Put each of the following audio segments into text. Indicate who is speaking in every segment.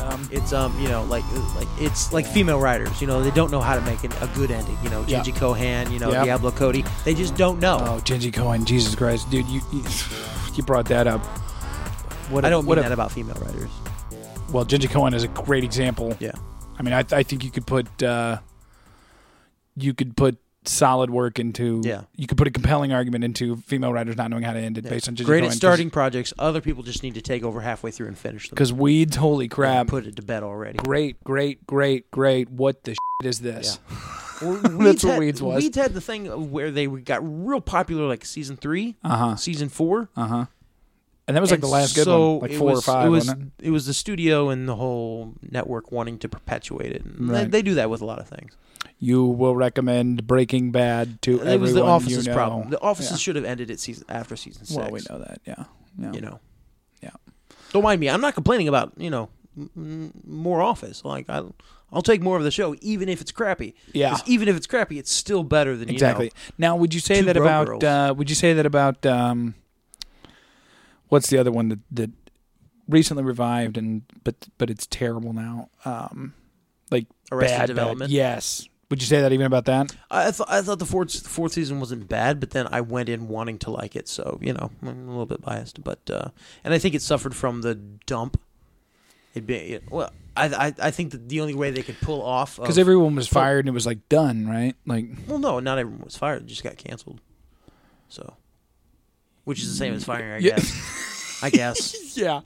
Speaker 1: um, it's um you know like like it's like female writers you know they don't know how to make an, a good ending you know
Speaker 2: Yeah.
Speaker 1: Gigi Cohan you know
Speaker 2: Yeah.
Speaker 1: Diablo Cody they just don't know
Speaker 3: Uh,
Speaker 2: Oh, Genji Cohen, Jesus Christ, dude, you you, you brought that up. What
Speaker 1: I don't
Speaker 2: what
Speaker 1: mean that about female writers
Speaker 2: Well, Genji Cohen is a great example.
Speaker 1: yeah
Speaker 2: I mean, I, I think you could put uh, you could put solid work into.
Speaker 1: Yeah.
Speaker 2: You could put a compelling argument into female writers not knowing how to end it based on Genji
Speaker 1: great
Speaker 2: Cohen.
Speaker 1: at starting projects other people just need to take over halfway through and finish them
Speaker 2: because weeds. Holy crap!
Speaker 1: put it to bed already
Speaker 2: great, great, great, great. What the shit is this?
Speaker 1: Weeds
Speaker 2: what
Speaker 1: had-
Speaker 2: Weeds was.
Speaker 1: Weeds had the thing where they got real popular like season 3
Speaker 2: Uh huh.
Speaker 1: season four
Speaker 2: Uh huh. And that was like
Speaker 1: And
Speaker 2: the last good
Speaker 1: so
Speaker 2: one, like
Speaker 1: it
Speaker 2: four or
Speaker 1: was-
Speaker 2: five.
Speaker 1: It was,
Speaker 2: wasn't it?
Speaker 1: it was the studio and the whole network wanting to perpetuate it. And
Speaker 2: Right.
Speaker 1: they, they do that with a lot of things.
Speaker 2: You will recommend Breaking Bad to everyone
Speaker 1: it was the office's
Speaker 2: you know.
Speaker 1: problem. The offices
Speaker 2: Yeah.
Speaker 1: should have ended it season after season six.
Speaker 2: Well, we know that. Yeah. Yeah.
Speaker 1: You know.
Speaker 2: Yeah.
Speaker 1: Don't mind me. I'm not complaining about you know m- m- more office. Like I, I'll take more of the show, even if it's crappy. 'Cause
Speaker 2: Yeah.
Speaker 1: Even if it's crappy, it's still better than
Speaker 2: Exactly.
Speaker 1: You know,
Speaker 2: now, would you say
Speaker 1: two
Speaker 2: that
Speaker 1: bro
Speaker 2: about?
Speaker 1: girls.
Speaker 2: Uh, would you say that about? Um, what's the other one that that recently revived and but but it's terrible now? Um, like
Speaker 1: Arrested
Speaker 2: bad, bad-
Speaker 1: Development?
Speaker 2: Yes. Would you say that even about that?
Speaker 1: I, th- I thought the fourth fourth season wasn't bad, but then I went in wanting to like it, so you know I'm a little bit biased. But uh, and I think it suffered from the dump. It be it, well, I, I I think that the only way they could pull off
Speaker 2: Because
Speaker 1: of-
Speaker 2: everyone was
Speaker 1: Well-
Speaker 2: fired and it was like done, right? Like
Speaker 1: Well, no, not everyone was fired; it just got canceled. So, which is the same as firing, I
Speaker 2: Mm. Yeah.
Speaker 1: guess. I guess.
Speaker 2: yeah.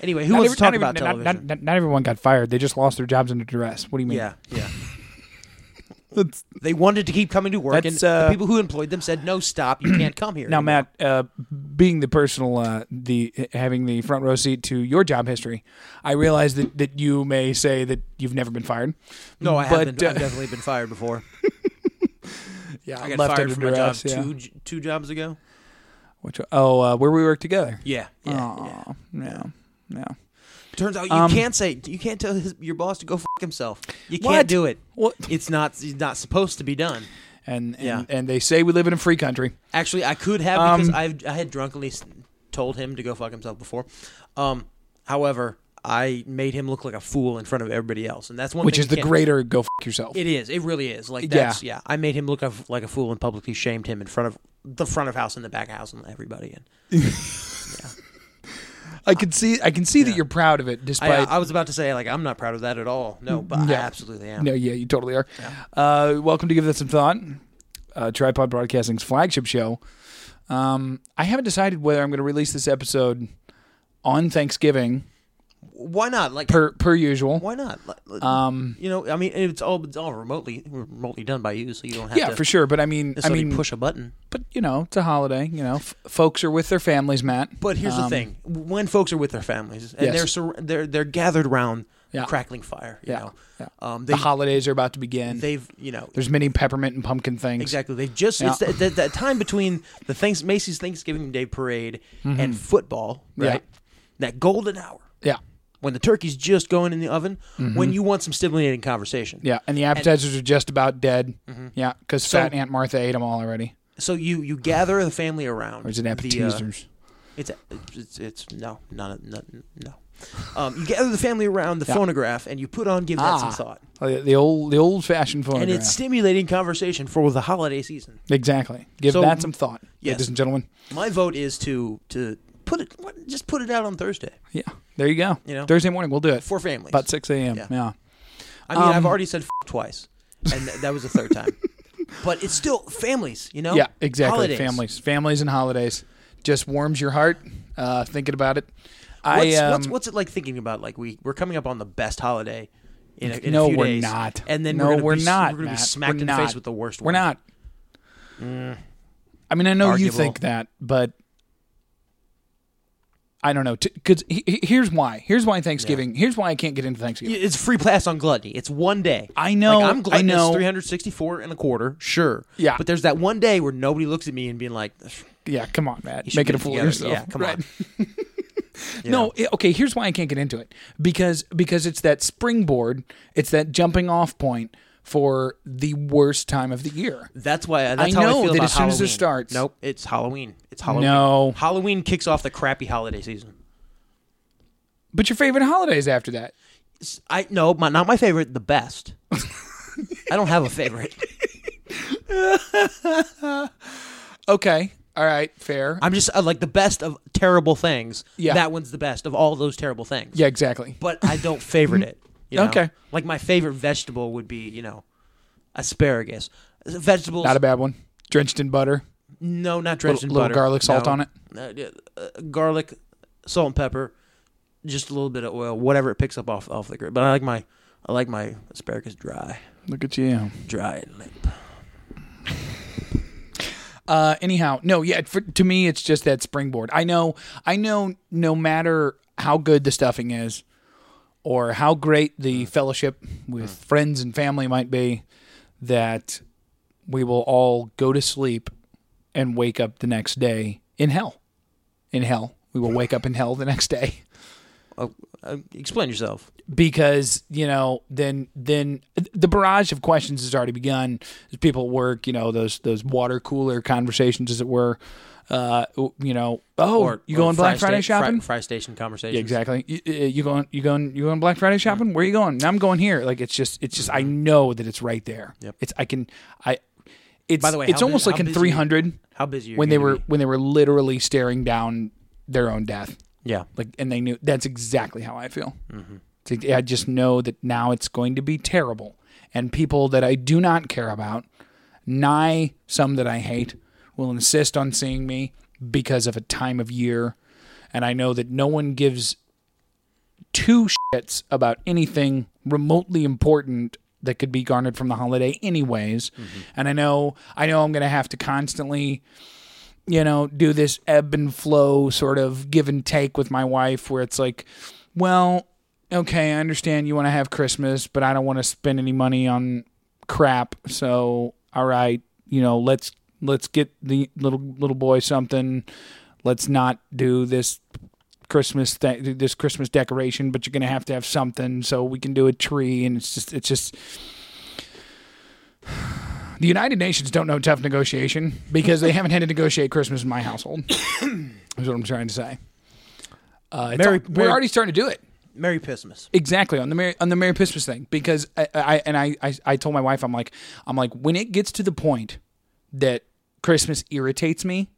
Speaker 1: Anyway, who
Speaker 2: not
Speaker 1: wants
Speaker 2: every-
Speaker 1: to talk
Speaker 2: not
Speaker 1: about
Speaker 2: every- not-
Speaker 1: television?
Speaker 2: Not, not- not everyone got fired. They just lost their jobs under duress. What do you mean?
Speaker 1: yeah, yeah. they wanted to keep coming to work, and
Speaker 2: That's, uh,
Speaker 1: the people who employed them said, "No, stop! You can't come here."
Speaker 2: Now,
Speaker 1: anymore."
Speaker 2: Matt, uh, being the personal, uh, the having the front row seat to your job history, I realize that, that you may say that you've never been fired.
Speaker 1: no, I have
Speaker 2: but,
Speaker 1: been,
Speaker 2: uh,
Speaker 1: I've definitely been fired before.
Speaker 2: Yeah,
Speaker 1: I got
Speaker 2: left
Speaker 1: fired
Speaker 2: under
Speaker 1: from my job
Speaker 2: duress, yeah.
Speaker 1: two j two jobs ago.
Speaker 2: Which, oh, uh, where we work together.
Speaker 1: Yeah, yeah. yeah.
Speaker 2: oh, yeah. yeah.
Speaker 1: Turns out you
Speaker 2: Um,
Speaker 1: can't say you can't tell his, your boss to go f- himself. You can't
Speaker 2: What?
Speaker 1: do it.
Speaker 2: What?
Speaker 1: It's not it's not supposed to be done.
Speaker 2: And and,
Speaker 1: Yeah.
Speaker 2: and they say we live in a free country.
Speaker 1: Actually, I could have because
Speaker 2: Um,
Speaker 1: I I had drunkenly s- told him to go fuck himself before. Um, however, I made him look like a fool in front of everybody else, and that's one
Speaker 2: Which
Speaker 1: thing
Speaker 2: is
Speaker 1: you
Speaker 2: the
Speaker 1: can't-
Speaker 2: greater go f yourself.
Speaker 1: It is. It really is. Like
Speaker 2: Yeah.
Speaker 1: that's yeah. I made him look of- like a fool and publicly shamed him in front of the front of house and the back house and everybody. And
Speaker 2: I can see I can see that you're proud of it despite
Speaker 1: I, uh, I was about to say like I'm not proud of that at all. No, but
Speaker 2: Mm, Yeah.
Speaker 1: I absolutely am.
Speaker 2: No, yeah, you totally are. Uh, welcome to Give That Some Thought, uh, Tripod Broadcasting's flagship show. Um, I haven't decided whether I'm going to release this episode on Thanksgiving,
Speaker 1: Why not? Like
Speaker 2: per per usual.
Speaker 1: why not? Like, like,
Speaker 2: Um,
Speaker 1: you know, I mean, it's all it's all remotely remotely done by you, so you don't have
Speaker 2: yeah,
Speaker 1: to
Speaker 2: for sure. But I mean, I
Speaker 1: necessarily
Speaker 2: mean,
Speaker 1: push a button.
Speaker 2: but you know, it's a holiday. You know, f- folks are with their families, Matt.
Speaker 1: But here's
Speaker 2: Um,
Speaker 1: the thing: when folks are with their families and
Speaker 2: Yes.
Speaker 1: they're sur- they're they're gathered around
Speaker 2: Yeah.
Speaker 1: crackling fire, you
Speaker 2: Yeah.
Speaker 1: know,
Speaker 2: Yeah.
Speaker 1: um, they
Speaker 2: the holidays are about to begin.
Speaker 1: they've you know
Speaker 2: There's many peppermint and pumpkin things.
Speaker 1: exactly they've just
Speaker 2: Yeah.
Speaker 1: it's that, that, that time between the thanks Macy's Thanksgiving Day parade and football,
Speaker 2: Mm-hmm. Yeah.
Speaker 1: right? That golden hour
Speaker 2: Yeah,
Speaker 1: when the turkey's just going in the oven, when you want some stimulating conversation,
Speaker 2: Mm-hmm. yeah. And the appetizers are just about dead.
Speaker 1: Mm-hmm.
Speaker 2: Yeah, because fat Aunt Martha ate them all already.
Speaker 1: So you you gather the family around.
Speaker 2: Or is it
Speaker 1: the, uh,
Speaker 2: appetizers?
Speaker 1: It's it's it's no, not no, no. Um, you gather the family around the phonograph and you put on give that some
Speaker 2: Ah.
Speaker 1: thought,
Speaker 2: Oh, the, the old the old fashioned phonograph.
Speaker 1: and it's stimulating conversation for the holiday season.
Speaker 2: Exactly. Give
Speaker 1: So-
Speaker 2: that some thought,
Speaker 1: Yes.
Speaker 2: ladies and gentlemen.
Speaker 1: My vote is to to put it what, just put it out on Thursday
Speaker 2: Yeah, there you go.
Speaker 1: You know?
Speaker 2: Thursday morning we'll do it.
Speaker 1: for families.
Speaker 2: about six a.m. Yeah.
Speaker 1: Yeah. I mean,
Speaker 2: um,
Speaker 1: I've already said f- twice, and th- that was the third time. But it's still families, you know.
Speaker 2: yeah, exactly.
Speaker 1: Oh, Holidays.
Speaker 2: Families, families, and holidays just warms your heart uh, thinking about it.
Speaker 1: What's,
Speaker 2: I um,
Speaker 1: what's what's it like thinking about like we we're coming up on the best holiday in a, in
Speaker 2: no,
Speaker 1: a few
Speaker 2: we're
Speaker 1: days,
Speaker 2: not.
Speaker 1: and then
Speaker 2: no,
Speaker 1: we're, gonna be, s-
Speaker 2: not.
Speaker 1: we're gonna be
Speaker 2: Matt.
Speaker 1: smacked in
Speaker 2: We're
Speaker 1: the
Speaker 2: not.
Speaker 1: face with the worst
Speaker 2: We're
Speaker 1: one. Mm.
Speaker 2: not. I mean, I know you
Speaker 1: Arguable.
Speaker 2: think that, but I don't know. Because he, he- here's why. Here's why Thanksgiving. Here's why I can't get into Thanksgiving.
Speaker 1: It's free pass on gluttony. It's one day.
Speaker 2: I know,
Speaker 1: Like, I'm gluttonous.
Speaker 2: I know.
Speaker 1: 364 and a quarter. Sure.
Speaker 2: Yeah.
Speaker 1: But there's that one day where nobody looks at me and being like,
Speaker 2: Yeah, come on, Matt.
Speaker 1: should
Speaker 2: Make it
Speaker 1: get
Speaker 2: a fool of
Speaker 1: together.
Speaker 2: yourself.
Speaker 1: Yeah, come on.
Speaker 2: No, it- okay. Here's why I can't get into it because because it's that springboard. It's that jumping off point for the worst time of the year.
Speaker 1: That's why. That's
Speaker 2: I
Speaker 1: how I
Speaker 2: know
Speaker 1: feel
Speaker 2: that
Speaker 1: about
Speaker 2: as soon as it
Speaker 1: Halloween.
Speaker 2: starts-
Speaker 1: Nope, it's Halloween. It's Halloween.
Speaker 2: No.
Speaker 1: Halloween kicks off the crappy holiday season.
Speaker 2: But your favorite holidays after that.
Speaker 1: S- I no, my, not my favorite. The best. I don't have a favorite.
Speaker 2: Okay. All right. Fair.
Speaker 1: I'm just uh, like the best of terrible things.
Speaker 2: Yeah.
Speaker 1: that one's the best of all those terrible things.
Speaker 2: yeah. Exactly.
Speaker 1: but I don't favorite it. you know?
Speaker 2: Okay.
Speaker 1: like my favorite vegetable would be you know asparagus. Vegetables.
Speaker 2: Not a bad one. Drenched in butter.
Speaker 1: no, not drenched in
Speaker 2: little
Speaker 1: butter.
Speaker 2: garlic salt
Speaker 1: No.
Speaker 2: on it?
Speaker 1: Uh, yeah, uh, garlic, salt and pepper, just a little bit of oil, whatever it picks up off off the grill. But I like my I like my asparagus dry,
Speaker 2: Look at you.
Speaker 1: dry and limp.
Speaker 2: Uh, anyhow, no, yeah. For, to me, it's just that springboard. I know, I know. No matter how good the stuffing is, or how great the fellowship with friends and family might be, that we will all go to sleep and wake up the next day in hell. In hell, we will wake up in hell the next day
Speaker 1: Oh, uh, explain yourself.
Speaker 2: because you know then then the barrage of questions has already begun There's people at work you know those those water cooler conversations as it were uh you know oh you going black
Speaker 1: Fry
Speaker 2: friday
Speaker 1: Sta- Fry-
Speaker 2: shopping
Speaker 1: Fry, station conversation.
Speaker 2: yeah, exactly you, uh, you going you going you going black friday shopping where you going i'm going here like it's just it's just i know that it's right there
Speaker 1: Mm-hmm. Yep.
Speaker 2: it's i can i it's
Speaker 1: By the way,
Speaker 2: it's
Speaker 1: how bu-
Speaker 2: almost
Speaker 1: how
Speaker 2: like in
Speaker 1: busy-
Speaker 2: 300
Speaker 1: How busy are you
Speaker 2: when they
Speaker 1: gonna
Speaker 2: were
Speaker 1: be?
Speaker 2: when they were literally staring down their own death
Speaker 1: Yeah,
Speaker 2: like and they knew that's exactly how i feel It's like, i just know that now it's going to be terrible and people that i do not care about nigh some that i hate will insist on seeing me because of a time of year and i know that no one gives two shits about anything remotely important that could be garnered from the holiday anyways and i know i know i'm going to have to constantly you know, do this ebb and flow sort of give and take with my wife where it's like, well, okay, I understand you want to have Christmas, but I don't want to spend any money on crap. So, all right, you know, let's let's get the little little boy something. Let's not do this Christmas th- this Christmas decoration, but you're going to have to have something so we can do a tree and it's just it's just the United Nations don't know tough negotiation because they haven't had to negotiate Christmas in my household. is what I'm trying to say. Uh, it's
Speaker 1: Merry-
Speaker 2: al- we're
Speaker 1: Merry-
Speaker 2: already starting to do it
Speaker 1: Merry Christmas.
Speaker 2: exactly on the Merry, on the Merry Christmas thing because I, I and I, I I told my wife I'm like I'm like when it gets to the point that Christmas irritates me,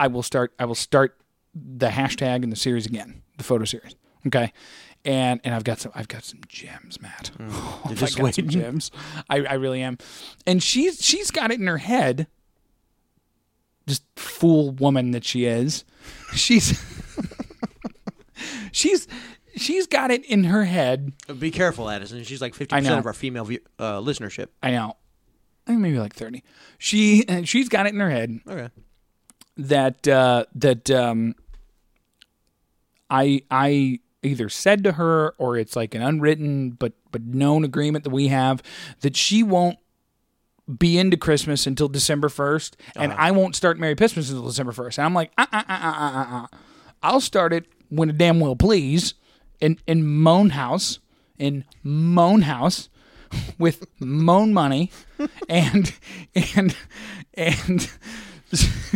Speaker 2: I will start I will start the hashtag and the series again, the photo series. Okay. And and I've got some I've got some gems, Matt. I've
Speaker 1: just
Speaker 2: got some
Speaker 1: waiting.
Speaker 2: gems. I, I really am. And she's she's got it in her head. Just fool woman that she is. She's she's she's got it in her head.
Speaker 1: Be careful, Addison. She's like fifty
Speaker 2: I know.
Speaker 1: percent of our female view, uh, listenership.
Speaker 2: I know. I think Maybe like thirty. She she's got it in her head
Speaker 1: Okay.
Speaker 2: that uh, that um, I I either said to her or it's like an unwritten but but known agreement that we have that she won't be into Christmas until December 1st and I won't start Merry Christmas until December first. And I'm like, uh, uh, uh, uh, uh, uh, uh. I'll start it when a damn well please in in Moan House in Moan House with Moan money and and and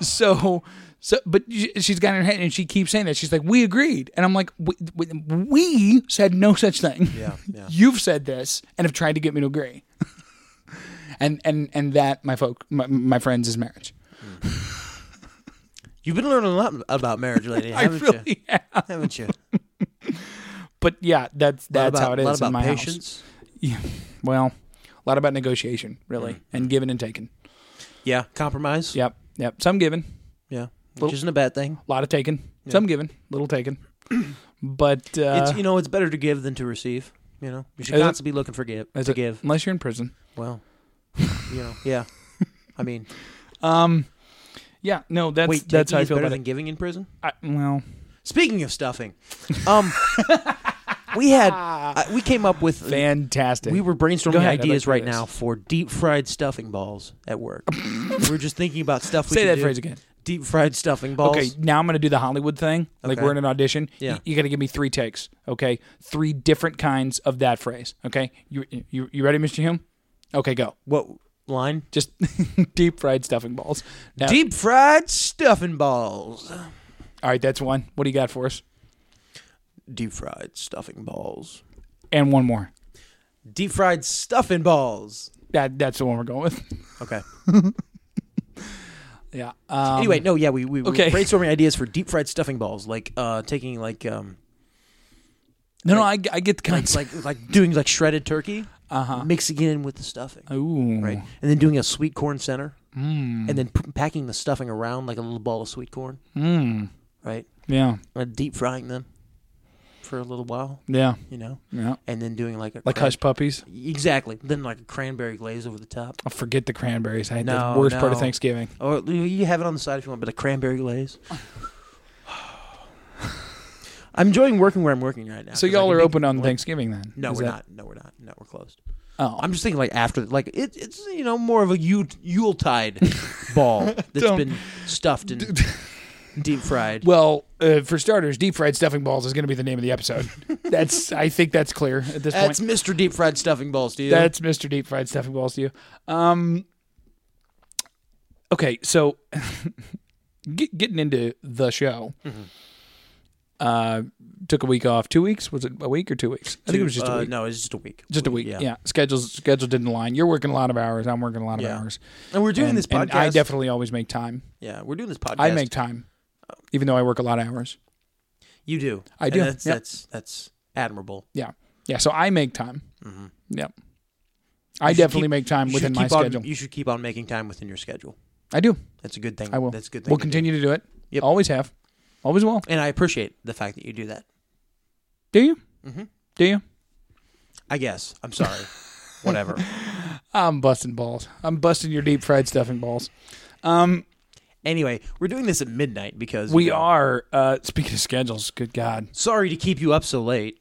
Speaker 2: so so but sh- she's got in her head and she keeps saying that she's like we agreed and i'm like we, we- we said no such thing
Speaker 1: Yeah, yeah.
Speaker 2: you've said this and have tried to get me to agree and and and that my folk my, my friends is marriage
Speaker 1: You've been learning a lot about marriage lately, haven't you?
Speaker 2: really am.
Speaker 1: Haven't you?
Speaker 2: but yeah
Speaker 1: Lot
Speaker 2: that's that's
Speaker 1: about,
Speaker 2: how it is
Speaker 1: lot about
Speaker 2: in my house
Speaker 1: patience.
Speaker 2: yeah. well a lot about negotiation
Speaker 1: Mm.
Speaker 2: really and giving and taking
Speaker 1: Yeah, compromise.
Speaker 2: yep yep some giving
Speaker 1: yeah,
Speaker 2: Well-
Speaker 1: which isn't a bad thing.
Speaker 2: a lot of taking some giving little taking but uh
Speaker 1: it's you know it's better to give than to receive. You know you should
Speaker 2: Is it-
Speaker 1: constantly be looking for give
Speaker 2: is
Speaker 1: to
Speaker 2: it-
Speaker 1: give.
Speaker 2: unless you're in prison
Speaker 1: Well, you know yeah. I mean
Speaker 2: Um, Yeah, no, that's
Speaker 1: Wait,
Speaker 2: that's
Speaker 1: taking
Speaker 2: how I
Speaker 1: is
Speaker 2: feel
Speaker 1: better
Speaker 2: about
Speaker 1: than
Speaker 2: it.
Speaker 1: giving in prison.
Speaker 2: I, well,
Speaker 1: Speaking of stuffing, um, we had I we came up with
Speaker 2: fantastic.
Speaker 1: we were brainstorming
Speaker 2: Go ahead, I'd like
Speaker 1: ideas
Speaker 2: to hear
Speaker 1: right
Speaker 2: this.
Speaker 1: now for deep fried stuffing balls at work. we were just thinking about stuff. We
Speaker 2: Say
Speaker 1: could
Speaker 2: that
Speaker 1: do.
Speaker 2: phrase again.
Speaker 1: Deep fried stuffing balls.
Speaker 2: Okay, now I'm going to do the Hollywood thing. Like
Speaker 1: Okay.
Speaker 2: we're in an audition.
Speaker 1: Yeah.
Speaker 2: Y- you got to give me three takes. Okay, three different kinds of that phrase. Okay, you you, you ready, Mr. Hume? Okay, go.
Speaker 1: What line?
Speaker 2: Just deep fried stuffing balls. Now,
Speaker 1: Deep fried stuffing balls.
Speaker 2: All right, that's one. What do you got for us?
Speaker 1: Deep fried stuffing balls.
Speaker 2: And one more.
Speaker 1: Deep fried stuffing balls.
Speaker 2: That that's the one we're going with.
Speaker 1: Okay.
Speaker 2: Yeah. Um,
Speaker 1: anyway, no, yeah, we, we, we
Speaker 2: okay.
Speaker 1: were brainstorming ideas for deep fried stuffing balls, like uh, taking like um,
Speaker 2: no, no, I, I get the
Speaker 1: like
Speaker 2: concept.
Speaker 1: like like doing like shredded turkey, uh-huh. mixing it in with the stuffing,
Speaker 2: Ooh.
Speaker 1: right, and then doing a sweet corn center, mm. and then p- packing the stuffing around like a little ball of sweet corn,
Speaker 2: Mm.
Speaker 1: right,
Speaker 2: Yeah.
Speaker 1: and deep frying them for a little while,
Speaker 2: Yeah.
Speaker 1: you know,
Speaker 2: Yeah.
Speaker 1: and then doing like a
Speaker 2: Like
Speaker 1: cran-
Speaker 2: hush puppies.
Speaker 1: exactly, then like a cranberry glaze over the top,
Speaker 2: Oh, forget the cranberries. I had
Speaker 1: No,
Speaker 2: the worst part of
Speaker 1: no.
Speaker 2: Thanksgiving.
Speaker 1: or you you have it on the side if you want, but a cranberry glaze. I'm enjoying working where I'm working right now.
Speaker 2: So
Speaker 1: 'cause I
Speaker 2: y'all
Speaker 1: can
Speaker 2: are
Speaker 1: make-
Speaker 2: open on
Speaker 1: like-
Speaker 2: Thanksgiving then?
Speaker 1: No,
Speaker 2: Is
Speaker 1: we're
Speaker 2: that-
Speaker 1: not. No, we're not. No, we're closed.
Speaker 2: Oh,
Speaker 1: I'm just thinking like after, like it, it's you know more of a Yule Yuletide ball that's
Speaker 2: Don't.
Speaker 1: been stuffed and deep fried.
Speaker 2: Well, uh, for starters, deep fried stuffing balls is going to be the name of the episode. that's I think that's clear at this
Speaker 1: that's
Speaker 2: point.
Speaker 1: Mr. Deep Fried Stuffing Balls, dude.
Speaker 2: That's Mr. Deep Fried Stuffing Balls to you. Um, okay, so get, getting into the show.
Speaker 1: Mm-hmm.
Speaker 2: Uh, took a week off. Two weeks? Was it a week or two weeks? I think it was just a
Speaker 1: Uh,
Speaker 2: week.
Speaker 1: No, it's just a week.
Speaker 2: Just a week. Yeah. Schedules schedule didn't align. You're working a lot of hours. I'm working a lot of
Speaker 1: Yeah.
Speaker 2: hours.
Speaker 1: And we're doing
Speaker 2: And-
Speaker 1: this podcast.
Speaker 2: and I definitely always make time.
Speaker 1: yeah, we're doing this podcast.
Speaker 2: I make time, even though I work a lot of hours.
Speaker 1: You do.
Speaker 2: I
Speaker 1: And
Speaker 2: do,
Speaker 1: That's
Speaker 2: yeah.
Speaker 1: that's that's admirable.
Speaker 2: Yeah, yeah. So I make time. Yep. I definitely
Speaker 1: Mm-hmm. keep-
Speaker 2: make time
Speaker 1: You
Speaker 2: within
Speaker 1: should
Speaker 2: my
Speaker 1: keep on-
Speaker 2: schedule.
Speaker 1: You should keep on making time within your schedule.
Speaker 2: I do.
Speaker 1: That's a good thing.
Speaker 2: I will.
Speaker 1: That's a good thing.
Speaker 2: We'll
Speaker 1: to do.
Speaker 2: continue to do it.
Speaker 1: Yep.
Speaker 2: Always have. Always will.
Speaker 1: And I appreciate the fact that you do that.
Speaker 2: Do you?
Speaker 1: Mm-hmm.
Speaker 2: Do you?
Speaker 1: I guess. I'm sorry. Whatever.
Speaker 2: I'm busting balls. I'm busting your deep fried stuffing balls. Um,
Speaker 1: Anyway, we're doing this at midnight because
Speaker 2: we
Speaker 1: you know,
Speaker 2: are uh, speaking of schedules. Good God.
Speaker 1: Sorry to keep you up so late.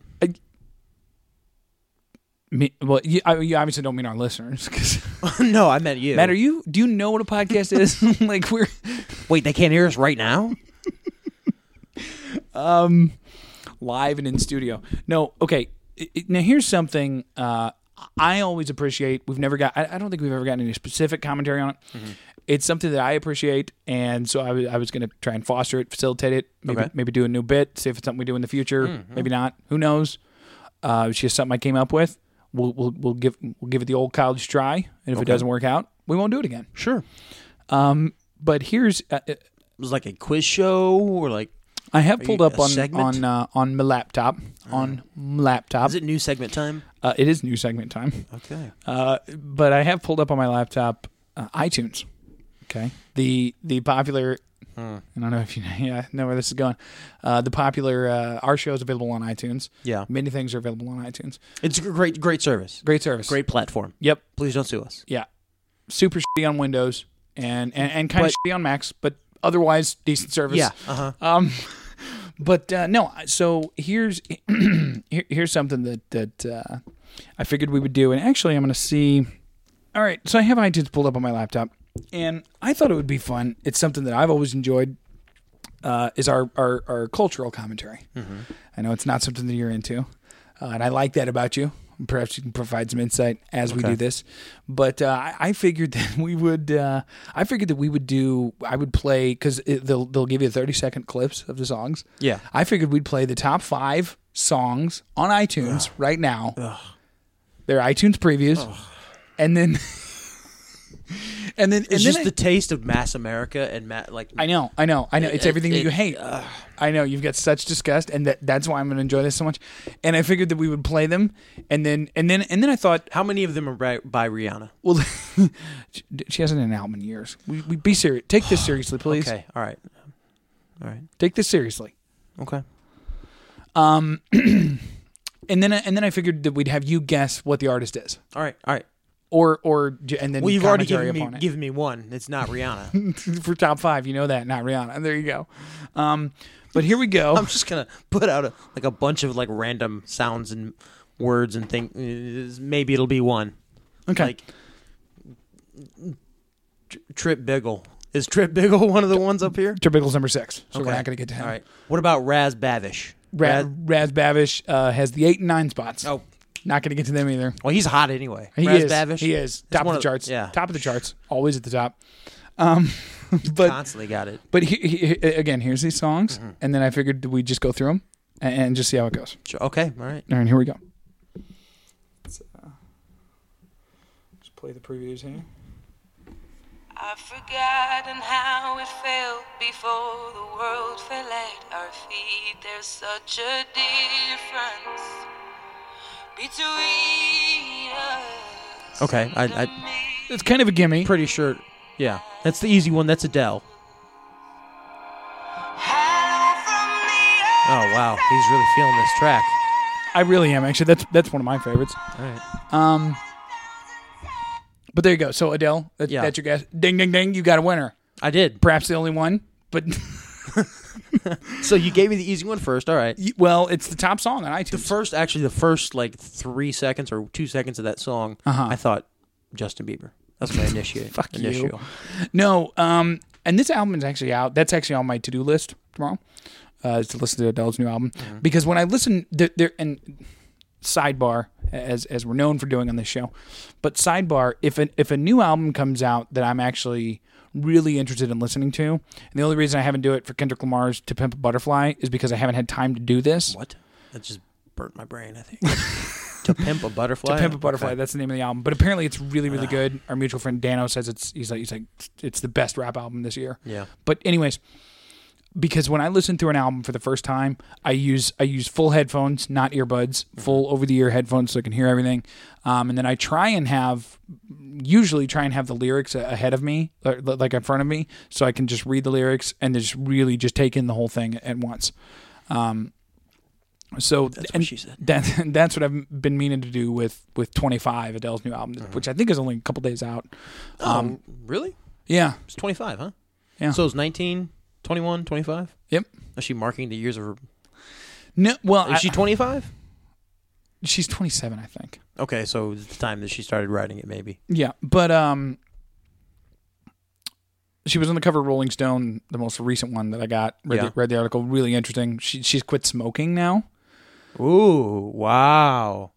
Speaker 2: Me, well, you, I, you obviously don't mean our listeners. 'cause-
Speaker 1: no, I meant you.
Speaker 2: Matt, are you? Do you know what a podcast is? like we're.
Speaker 1: Wait, they can't hear us right now?
Speaker 2: um, live and in studio. No, okay. It- it- now here's something uh, I always appreciate. We've never got. I, I don't think we've ever gotten any specific commentary on it.
Speaker 1: Mm-hmm.
Speaker 2: It's something that I appreciate, and so I was I was going to try and foster it, facilitate it, maybe
Speaker 1: Okay. Mm-hmm.
Speaker 2: maybe do a new bit, see if it's something we do in the future. Maybe not. Who knows? Uh, it's just something I came up with. We'll, we'll we'll give we'll give it the old college try, and if it doesn't work out, we won't do it again.
Speaker 1: Sure. It
Speaker 2: But here's uh, uh,
Speaker 1: was like a quiz show or like
Speaker 2: I have pulled
Speaker 1: you-
Speaker 2: up
Speaker 1: a
Speaker 2: on
Speaker 1: segment?
Speaker 2: on uh, on my laptop on laptop.
Speaker 1: is it new segment time?
Speaker 2: uh, it is new segment time.
Speaker 1: Okay.
Speaker 2: Uh, but I have pulled up on my laptop uh, iTunes. Okay. The the popular.
Speaker 1: Hmm.
Speaker 2: I don't know if you yeah, know where this is going. Uh, the popular uh, our show is available on iTunes.
Speaker 1: Yeah.
Speaker 2: Many things are available on iTunes.
Speaker 1: It's a great great service.
Speaker 2: Great service.
Speaker 1: Great platform.
Speaker 2: Yep.
Speaker 1: Please don't sue us.
Speaker 2: Yeah. Super shitty on Windows and and, and kind of shitty on Macs, but otherwise decent service.
Speaker 1: Uh-huh.
Speaker 2: Um, but uh, no, so here's here, here's something that that uh, I figured we would do, and actually I'm gonna see. All right, so I have iTunes pulled up on my laptop, and I thought it would be fun. It's something that I've always enjoyed. Uh, is our, our our cultural commentary. I know it's not something that you're into, uh, and I like that about you. Perhaps you can provide some insight as we do this, but uh, I, I figured that we would. Uh, I figured that we would do. I would play because they'll they'll give you 30 second clips of the songs.
Speaker 1: Yeah.
Speaker 2: I figured we'd play the top five songs on iTunes right now. Their iTunes previews, and then and then and
Speaker 1: It's
Speaker 2: then
Speaker 1: just
Speaker 2: I-
Speaker 1: the taste of mass America and ma- like
Speaker 2: I know, I know, I know. It's
Speaker 1: It-
Speaker 2: everything that
Speaker 1: it-
Speaker 2: you hate. I know you've got such disgust, and that, that's why I'm going to enjoy this so much. And I figured that we would play them, and then and then and then I thought,
Speaker 1: how many of them are by, by Rihanna?
Speaker 2: well, she- she hasn't had an album in years. We, we be serious. Take this seriously, please.
Speaker 1: Okay. All right. All right.
Speaker 2: Take this seriously.
Speaker 1: Okay.
Speaker 2: And then I- and then I figured that we'd have you guess what the artist is,
Speaker 1: All right. All right.
Speaker 2: or or j- and then
Speaker 1: Well, you've already
Speaker 2: commentary
Speaker 1: given me,
Speaker 2: upon
Speaker 1: given me one. It's not Rihanna.
Speaker 2: it for top five. You know that, not Rihanna. There you go. Um, but here we go.
Speaker 1: I'm just gonna put out a, like a bunch of like random sounds and words and things. Maybe it'll be one.
Speaker 2: okay,
Speaker 1: Like Tr- Trip Biggle. Is Trip Biggle one of the ones up here?
Speaker 2: Turbicle's number six, so we're
Speaker 1: Okay.
Speaker 2: not going to get to him.
Speaker 1: All right. What about Raz Bavish?
Speaker 2: Ra-
Speaker 1: Raz-
Speaker 2: Raz Bavish uh, has the eight and nine spots.
Speaker 1: Oh,
Speaker 2: Not going to get to them either.
Speaker 1: well, he's hot anyway.
Speaker 2: He
Speaker 1: Raz
Speaker 2: is.
Speaker 1: Bavish.
Speaker 2: He is
Speaker 1: It's
Speaker 2: top of
Speaker 1: one
Speaker 2: the charts.
Speaker 1: Yeah.
Speaker 2: top of the charts. Always at the top. Um, but
Speaker 1: Constantly got it.
Speaker 2: but he, he, he- again, here's these songs,
Speaker 1: Mm-hmm.
Speaker 2: and then I figured we just go through them and, and just see how it goes.
Speaker 1: Sure. Okay. All right.
Speaker 2: All right, here we go. uh,
Speaker 4: Just play the previews here.
Speaker 5: I've forgotten how it felt before the world fell at our feet. There's such a difference between us.
Speaker 1: Okay. I, I
Speaker 2: It's kind of a gimme.
Speaker 1: pretty sure. Yeah. That's the easy one. That's Adele.
Speaker 5: Hello from
Speaker 1: Oh
Speaker 5: the
Speaker 1: wow, he's really feeling this track.
Speaker 2: I really am actually. That's that's one of my favorites.
Speaker 1: All right.
Speaker 2: Um, but there you go. So Adele, that,
Speaker 1: Yeah.
Speaker 2: that's your guess. Ding ding ding! You got a winner.
Speaker 1: I did.
Speaker 2: Perhaps the only one, but
Speaker 1: So you gave me the easy one first. All right.
Speaker 2: well, it's the top song on iTunes.
Speaker 1: The first, actually, the first like three seconds or two seconds of that song,
Speaker 2: Uh-huh.
Speaker 1: I thought Justin Bieber. That's my initiate.
Speaker 2: Fuck you.
Speaker 1: initial.
Speaker 2: No, um, and this album is actually out. That's actually on my to do list tomorrow. Uh, is to listen to Adele's new album
Speaker 1: Mm-hmm.
Speaker 2: because when I listen, there, there and sidebar as as we're known for doing on this show, but sidebar if an, if a new album comes out that I'm actually really interested in listening to, and the only reason I haven't do it for Kendrick Lamar's "To Pimp a Butterfly" is because I haven't had time to do this.
Speaker 1: What? That just burnt my brain. I think. to pimp a butterfly.
Speaker 2: To Pimp a Butterfly.
Speaker 1: Okay. Ah.
Speaker 2: That's the name of the album. But apparently, it's really, really good. Our mutual friend Dano says it's. He's like, he's like, it's the best rap album this year.
Speaker 1: Yeah.
Speaker 2: But anyways, because when I listen through an album for the first time, I use I use full headphones, not earbuds,
Speaker 1: Mm-hmm.
Speaker 2: full over the ear headphones, so I can hear everything. Um, and then I try and have, usually try and have the lyrics a- ahead of me, or, li- like in front of me, so I can just read the lyrics and just really just take in the whole thing at once. Um, So that's
Speaker 1: what she said.
Speaker 2: That, that's what I've been meaning to do with with 25 Adele's new album,
Speaker 1: Mm-hmm.
Speaker 2: which I think is only a couple days out.
Speaker 1: Um, really?
Speaker 2: Yeah.
Speaker 1: It's 25, huh?
Speaker 2: Yeah.
Speaker 1: So it's 19, 21, 25?
Speaker 2: Yep.
Speaker 1: Is she marking the years of her?
Speaker 2: No. Well,
Speaker 1: Is
Speaker 2: I-
Speaker 1: she 25?
Speaker 2: she's 27, I think.
Speaker 1: Okay, so it's the time that she started writing it, maybe.
Speaker 2: Yeah, but um, she was on the cover of Rolling Stone, the most recent one that I got. Read,
Speaker 1: Yeah.
Speaker 2: the, read the article, really interesting. She she's quit smoking now.
Speaker 1: Ooh, wow.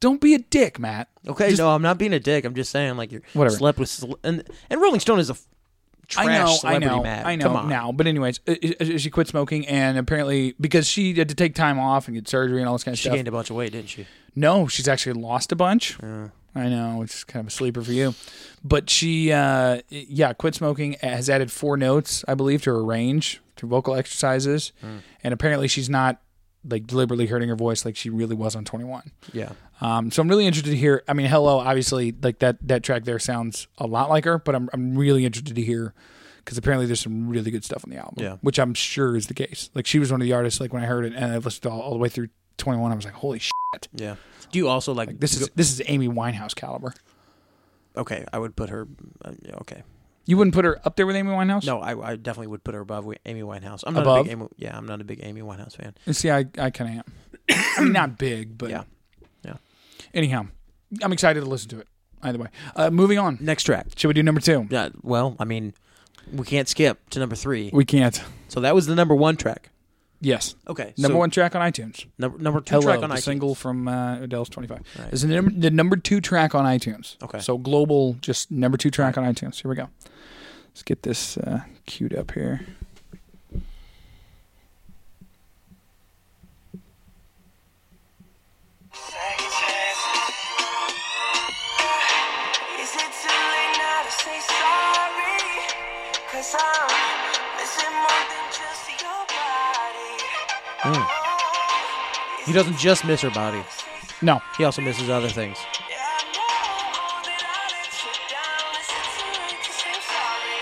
Speaker 2: Don't be a dick, Matt.
Speaker 1: Okay,
Speaker 2: Just-
Speaker 1: no, I'm not being a dick. I'm just saying, like, you're
Speaker 2: Whatever.
Speaker 1: slept with, cele- and and Rolling Stone is a f- trash
Speaker 2: I know, I
Speaker 1: celebrity,
Speaker 2: know,
Speaker 1: man.
Speaker 2: I know
Speaker 1: Come on.
Speaker 2: now. But anyways, i- i- she quit smoking, and apparently because she had to take time off and get surgery and all this kind of
Speaker 1: She
Speaker 2: stuff.
Speaker 1: gained a bunch of weight, didn't she?
Speaker 2: No, she's actually lost a bunch. I know, it's kind of a sleeper for you. But she, uh, yeah, quit smoking, has added four notes, I believe, to her range through vocal exercises. And apparently she's not like deliberately hurting her voice like she really was on 21.
Speaker 1: Yeah.
Speaker 2: Um, so I'm really interested to hear. I mean, hello, obviously, like that that track there sounds a lot like her, but I'm I'm really interested to hear because apparently there's some really good stuff on the album,
Speaker 1: Yeah.
Speaker 2: which I'm sure is the case. Like she was one of the artists. Like when I heard it and I listened all, all the way through 21, I was like, holy shit,
Speaker 1: Yeah. Do you also like,
Speaker 2: this is this is Amy Winehouse caliber.
Speaker 1: Okay, I would put her. Uh, yeah, okay.
Speaker 2: You wouldn't put her up there with Amy Winehouse?
Speaker 1: No, I, I definitely would put her above Wi- Amy Winehouse. I'm not
Speaker 2: Above?
Speaker 1: a big Amy, yeah, I'm not a big Amy Winehouse fan.
Speaker 2: See, I, I kind of am. I mean, not big, but
Speaker 1: Yeah. Yeah.
Speaker 2: Anyhow, I'm excited to listen to it. Either way, uh, moving on.
Speaker 1: Next track.
Speaker 2: Should we do number two?
Speaker 1: Yeah, well, I mean, we can't skip to number three.
Speaker 2: We can't.
Speaker 1: So that was the number one track.
Speaker 2: Yes.
Speaker 1: Okay.
Speaker 2: Number
Speaker 1: so
Speaker 2: one track on iTunes.
Speaker 1: Number, number two
Speaker 2: Hello,
Speaker 1: track on
Speaker 2: the
Speaker 1: iTunes.
Speaker 2: single from uh, Adele's 25.
Speaker 1: Right.
Speaker 2: Is the number, the number two track on iTunes.
Speaker 1: Okay.
Speaker 2: So global, just number two track on iTunes. Here we go. Let's get this uh, queued up here.
Speaker 5: Second chance. Is it too late now to say sorry? Cause I'm missing more than just your body. Oh,
Speaker 1: He doesn't just miss her body.
Speaker 2: No.
Speaker 1: He also misses other things.
Speaker 5: Yeah, I know that I let you down. Is it too late to say I'm sorry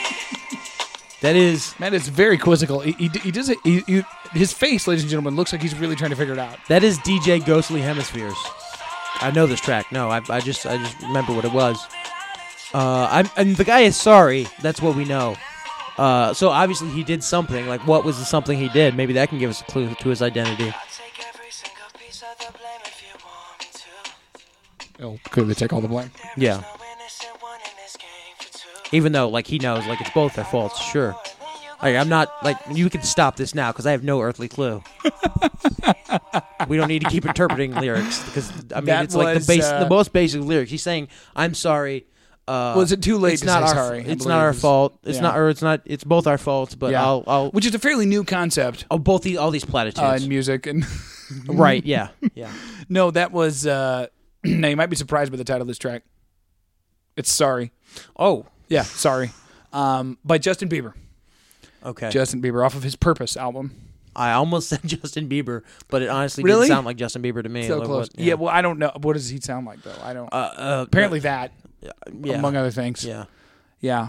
Speaker 5: now? I'm sorry.
Speaker 1: That is
Speaker 2: Matt is very quizzical. He, he, he does it. He, he, his face, ladies and gentlemen, looks like he's really trying to figure it out.
Speaker 1: that is DJ Ghostly Hemispheres. I know this track. No, I, I just I just remember what it was. Uh, I'm and the guy is sorry. That's what we know. Uh, so obviously he did something. Like what was the something he did? Maybe that can give us a clue to his identity.
Speaker 5: Take every single piece of the blame if you want me to.
Speaker 1: Oh,
Speaker 2: He'll clearly take all the blame.
Speaker 1: Yeah.
Speaker 5: No innocent one in this game for two.
Speaker 1: Even though like he knows like it's both their faults. Sure. Like I'm not like you can stop this now because I have no earthly clue. we don't need to keep interpreting lyrics because I mean
Speaker 2: That
Speaker 1: it's like
Speaker 2: was,
Speaker 1: the base,
Speaker 2: uh,
Speaker 1: the most basic lyrics. He's saying I'm sorry. Uh,
Speaker 2: Well, is it too late
Speaker 1: It's
Speaker 2: to
Speaker 1: not
Speaker 2: say
Speaker 1: our
Speaker 2: sorry? I
Speaker 1: It's
Speaker 2: believe
Speaker 1: not our
Speaker 2: is-
Speaker 1: fault. It's
Speaker 2: yeah.
Speaker 1: not or it's not. It's both our faults. But
Speaker 2: Yeah.
Speaker 1: I'll I'll,
Speaker 2: Which is a fairly new concept
Speaker 1: I'll both these all these
Speaker 2: uh,
Speaker 1: platitudes.
Speaker 2: in music. And
Speaker 1: right? Yeah. Yeah.
Speaker 2: no, that was. Uh, now you might be surprised by the title of this track. It's sorry.
Speaker 1: Oh.
Speaker 2: Yeah, sorry. Um, by Justin Bieber.
Speaker 1: Okay.
Speaker 2: Justin Bieber off of his Purpose album.
Speaker 1: I almost said Justin Bieber, but it honestly
Speaker 2: Really?
Speaker 1: didn't sound like Justin Bieber to me.
Speaker 2: So
Speaker 1: Like,
Speaker 2: close.
Speaker 1: what-
Speaker 2: yeah. well, I don't know. What does he sound like though? I don't.
Speaker 1: Uh, uh,
Speaker 2: Apparently that,
Speaker 1: yeah.
Speaker 2: among other things.
Speaker 1: yeah.
Speaker 2: Yeah.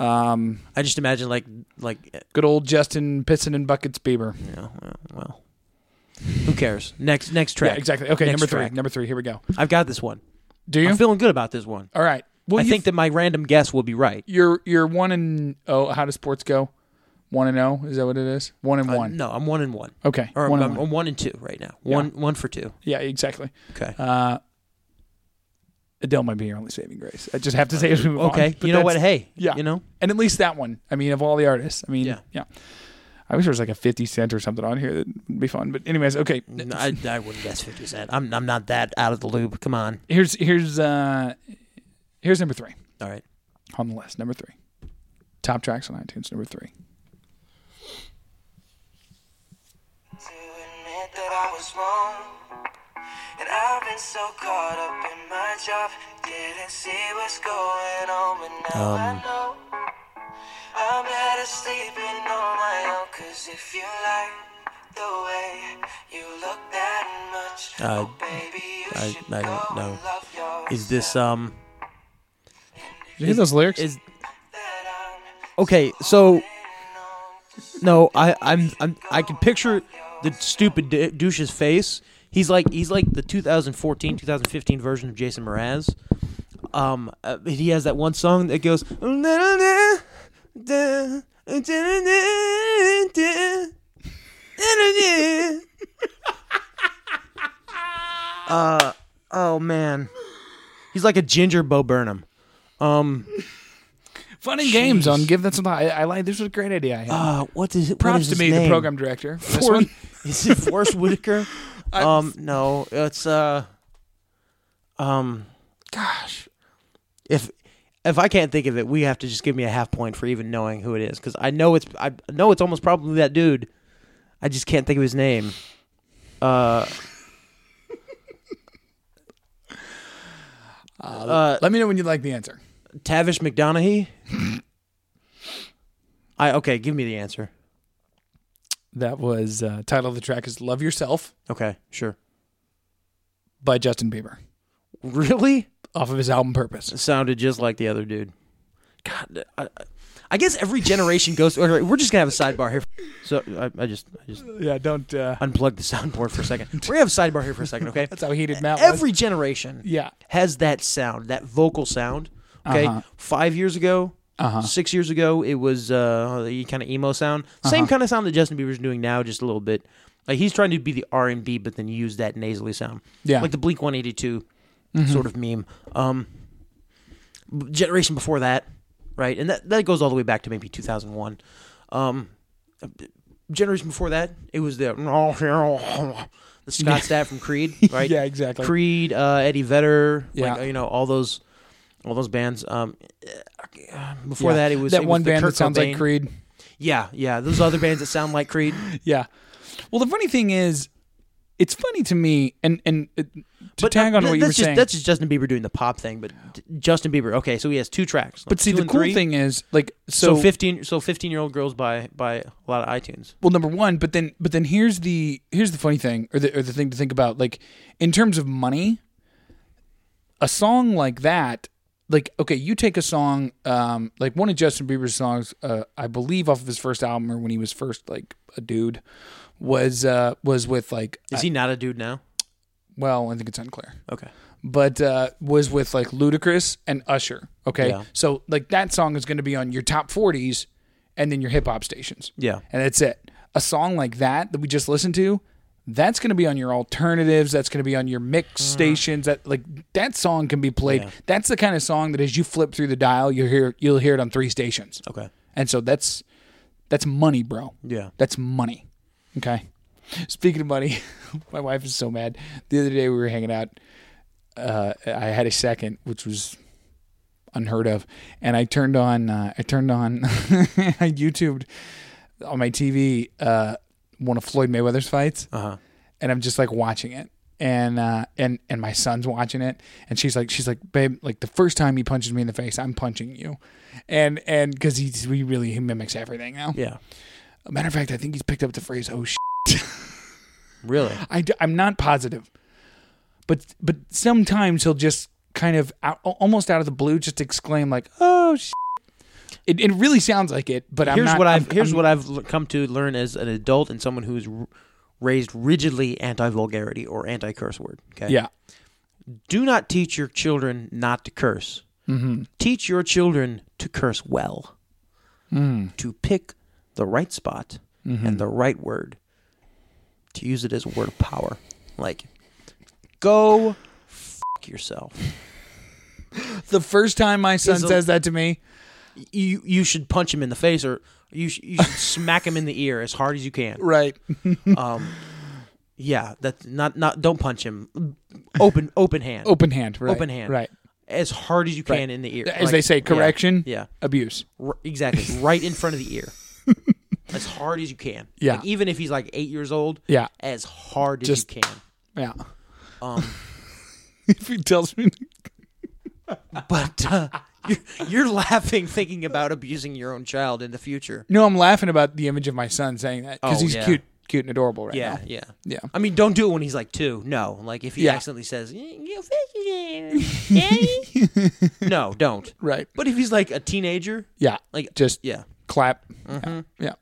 Speaker 2: Um,
Speaker 1: I just imagine like like
Speaker 2: good old Justin pissing in buckets Bieber.
Speaker 1: Yeah, well, well. Who cares? Next next track.
Speaker 2: Yeah, exactly. Okay,
Speaker 1: Next
Speaker 2: number three.
Speaker 1: track.
Speaker 2: Number three. Here we go.
Speaker 1: I've got this one.
Speaker 2: Do you?
Speaker 1: I'm feeling good about this one.
Speaker 2: All right. Well,
Speaker 1: I
Speaker 2: you
Speaker 1: think that my random guess will be right.
Speaker 2: you're you're one and oh. How does sports go? One and oh. Is that what it is? One and
Speaker 1: Uh,
Speaker 2: one.
Speaker 1: no, I'm one and one.
Speaker 2: Okay.
Speaker 1: Or
Speaker 2: one
Speaker 1: I'm,
Speaker 2: and
Speaker 1: I'm
Speaker 2: one.
Speaker 1: one and two right now. One one for two.
Speaker 2: Yeah, exactly.
Speaker 1: Okay.
Speaker 2: Uh, Adele might be your only saving grace. I just have to say as we move on,
Speaker 1: Uh, okay.
Speaker 2: but
Speaker 1: You know what?
Speaker 2: that's-
Speaker 1: Hey.
Speaker 2: yeah.
Speaker 1: You know.
Speaker 2: and at least that one. I mean, of all the artists, I mean, yeah.
Speaker 1: Yeah.
Speaker 2: I wish there was like a fifty cent or something on here that would be fun. But anyways, okay.
Speaker 1: No, I, I wouldn't guess fifty cent. I'm I'm not that out of the loop. Come on.
Speaker 2: Here's here's uh here's number three
Speaker 1: All right.
Speaker 2: on the list. Number three, top tracks on iTunes. Number three.
Speaker 5: To admit that I was wrong. And I've been so caught up in my job. Didn't see what's going on, but now
Speaker 1: Um,
Speaker 5: I know. I'm better sleeping on my own. Cause if you like the way you look that much,
Speaker 1: Uh,
Speaker 5: oh, baby, you
Speaker 1: I-
Speaker 5: should
Speaker 1: I don't
Speaker 5: go
Speaker 1: know.
Speaker 5: and love yourself.
Speaker 1: Is this um?
Speaker 2: Did you hear those lyrics?
Speaker 1: Is okay. So no, I I'm, I'm I can picture the stupid d- douche's face. He's like he's like the 2014 2015 version of Jason Mraz. Um, uh, he has that one song that goes. Uh, oh man, he's like a ginger Bo Burnham. Um,
Speaker 2: Fun and games
Speaker 1: Jeez.
Speaker 2: on Give That Some Thought. I, I like this was a great idea. I had.
Speaker 1: uh, what is it?
Speaker 2: Props to me, the program director. for This one.
Speaker 1: Is it Forrest Whitaker? um, no, it's uh, um, gosh, if if I can't think of it, we have to just give me a half point for even knowing who it is because I know it's I know it's almost probably that dude. I just can't think of his name. Uh. Uh,
Speaker 2: Let me know when you like the answer.
Speaker 1: Tavish McDonaghy. I okay. Give me the answer.
Speaker 2: That was uh, title of the track is "Love Yourself"
Speaker 1: Okay, sure.
Speaker 2: by Justin Bieber
Speaker 1: Really?
Speaker 2: off of his album Purpose.
Speaker 1: sounded just like the other dude. God, I, I- I guess every generation goes. all right, We're just gonna have a sidebar here. So I, I just, I just
Speaker 2: Yeah, don't. Uh,
Speaker 1: unplugged the soundboard for a second. We're gonna have a sidebar here for a second, okay?
Speaker 2: that's how heated Matt was.
Speaker 1: Every generation
Speaker 2: Yeah.
Speaker 1: has that sound, that vocal sound. Okay,
Speaker 2: Uh-huh.
Speaker 1: five years ago,
Speaker 2: Uh-huh.
Speaker 1: six years ago, it was uh, the kind of emo sound, same
Speaker 2: Uh-huh.
Speaker 1: kind of sound that Justin Bieber's doing now, just a little bit. Like he's trying to be the R and B, but then use that nasally sound,
Speaker 2: Yeah. Mm-hmm.
Speaker 1: like the Bleak One Eighty Two sort of meme. Um, b- generation before that, right, and that that goes all the way back to maybe two thousand one. Um, generation before that, it was the the Scott Stat from Creed, right?
Speaker 2: Yeah, exactly.
Speaker 1: Creed, uh, Eddie Vedder,
Speaker 2: Yeah.
Speaker 1: like, you know, all those, all those bands. Um, uh, before
Speaker 2: Yeah.
Speaker 1: that, it was
Speaker 2: that
Speaker 1: it was
Speaker 2: one
Speaker 1: the
Speaker 2: band
Speaker 1: Kurt
Speaker 2: that sounds
Speaker 1: Cobain.
Speaker 2: like Creed.
Speaker 1: Yeah, yeah, those other bands that sound like Creed.
Speaker 2: Yeah. Well, the funny thing is, it's funny to me, and and uh, to
Speaker 1: But
Speaker 2: tag
Speaker 1: uh,
Speaker 2: on to
Speaker 1: th-
Speaker 2: what you were
Speaker 1: that's just,
Speaker 2: saying.
Speaker 1: That's just Justin Bieber doing the pop thing. But d- Justin Bieber, okay, so he has two tracks.
Speaker 2: but see,
Speaker 1: two
Speaker 2: the
Speaker 1: and
Speaker 2: cool
Speaker 1: three.
Speaker 2: thing is, like,
Speaker 1: So,
Speaker 2: so,
Speaker 1: fifteen, so fifteen year old girls buy buy a lot of iTunes.
Speaker 2: well, number one, but then, but then here's the here's the funny thing, or the or the thing to think about, like, in terms of money, a song like that like okay, you take a song, um, like one of Justin Bieber's songs, uh, I believe off of his first album or when he was first like a dude, was uh was with like
Speaker 1: Is he not a dude now?
Speaker 2: well, I think it's unclear.
Speaker 1: Okay.
Speaker 2: but uh, was with like Ludacris and Usher. Okay,
Speaker 1: Yeah.
Speaker 2: so like that song is going to be on your top forties, and then your hip hop stations.
Speaker 1: Yeah.
Speaker 2: and that's it. A song like that that we just listened to, that's going to be on your alternatives. That's going to be on your mix stations. That like that song can be played. That's the kind of song that as you flip through the dial, you will hear you'll hear it on three stations.
Speaker 1: Okay.
Speaker 2: And so that's that's money, bro.
Speaker 1: Yeah.
Speaker 2: That's money. Okay. Speaking of money, my wife is so mad. The other day we were hanging out. Uh, I had a second, which was unheard of, and I turned on. Uh, I turned on. I YouTubed on my TV uh, one of Floyd Mayweather's fights,
Speaker 1: Uh huh.
Speaker 2: and I'm just like watching it. And uh, and and my son's watching it, and she's like, she's like, babe, like the first time he punches me in the face, I'm punching you, and and because he he really he mimics everything now.
Speaker 1: Yeah.
Speaker 2: Matter of fact, I think he's picked up the phrase "oh shit."
Speaker 1: Really?
Speaker 2: I d- I'm not positive, but but sometimes he'll just kind of out, al- almost out of the blue just exclaim like "oh shit." It, it really sounds like it, but I'm
Speaker 1: here's
Speaker 2: not-
Speaker 1: what I've
Speaker 2: I'm-
Speaker 1: here's
Speaker 2: I'm-
Speaker 1: what I've l- come to learn as an adult and someone who's r- raised rigidly anti vulgarity or anti curse word. Okay.
Speaker 2: yeah
Speaker 1: Do not teach your children not to curse. Mm-hmm. Teach your children to curse well. To pick the right spot
Speaker 2: Mm-hmm.
Speaker 1: and the right word. To use it as a word of power. Like, go f- yourself.
Speaker 2: the first time my son
Speaker 1: Is a-
Speaker 2: says that to me,
Speaker 1: You you should punch him in the face or you sh- you should smack him in the ear as hard as you can.
Speaker 2: right?
Speaker 1: Um, yeah, that's not not. Don't punch him. Open open hand.
Speaker 2: Open hand, right?
Speaker 1: Open hand.
Speaker 2: right?
Speaker 1: As hard as you can
Speaker 2: Right.
Speaker 1: in the ear.
Speaker 2: As they say,
Speaker 1: yeah,
Speaker 2: correction.
Speaker 1: Yeah,
Speaker 2: Abuse,
Speaker 1: R- exactly. right in front of the ear. as hard as you can.
Speaker 2: Yeah.
Speaker 1: Like, even if he's like eight years old.
Speaker 2: Yeah.
Speaker 1: As hard as
Speaker 2: Just-
Speaker 1: you can.
Speaker 2: yeah.
Speaker 1: Um,
Speaker 2: if he tells me,
Speaker 1: but uh, you're, you're laughing thinking about abusing your own child in the future.
Speaker 2: no, I'm laughing about the image of my son saying that because
Speaker 1: Oh,
Speaker 2: he's
Speaker 1: yeah.
Speaker 2: cute, cute and adorable right
Speaker 1: Yeah,
Speaker 2: now.
Speaker 1: yeah,
Speaker 2: Yeah.
Speaker 1: I mean, don't do it when he's like two. No, like if he
Speaker 2: Yeah.
Speaker 1: accidentally says, "Eh, "You fish there, daddy." no, don't.
Speaker 2: Right.
Speaker 1: But if he's like a teenager,
Speaker 2: Yeah.
Speaker 1: like
Speaker 2: Just
Speaker 1: yeah,
Speaker 2: clap. Yeah. yeah.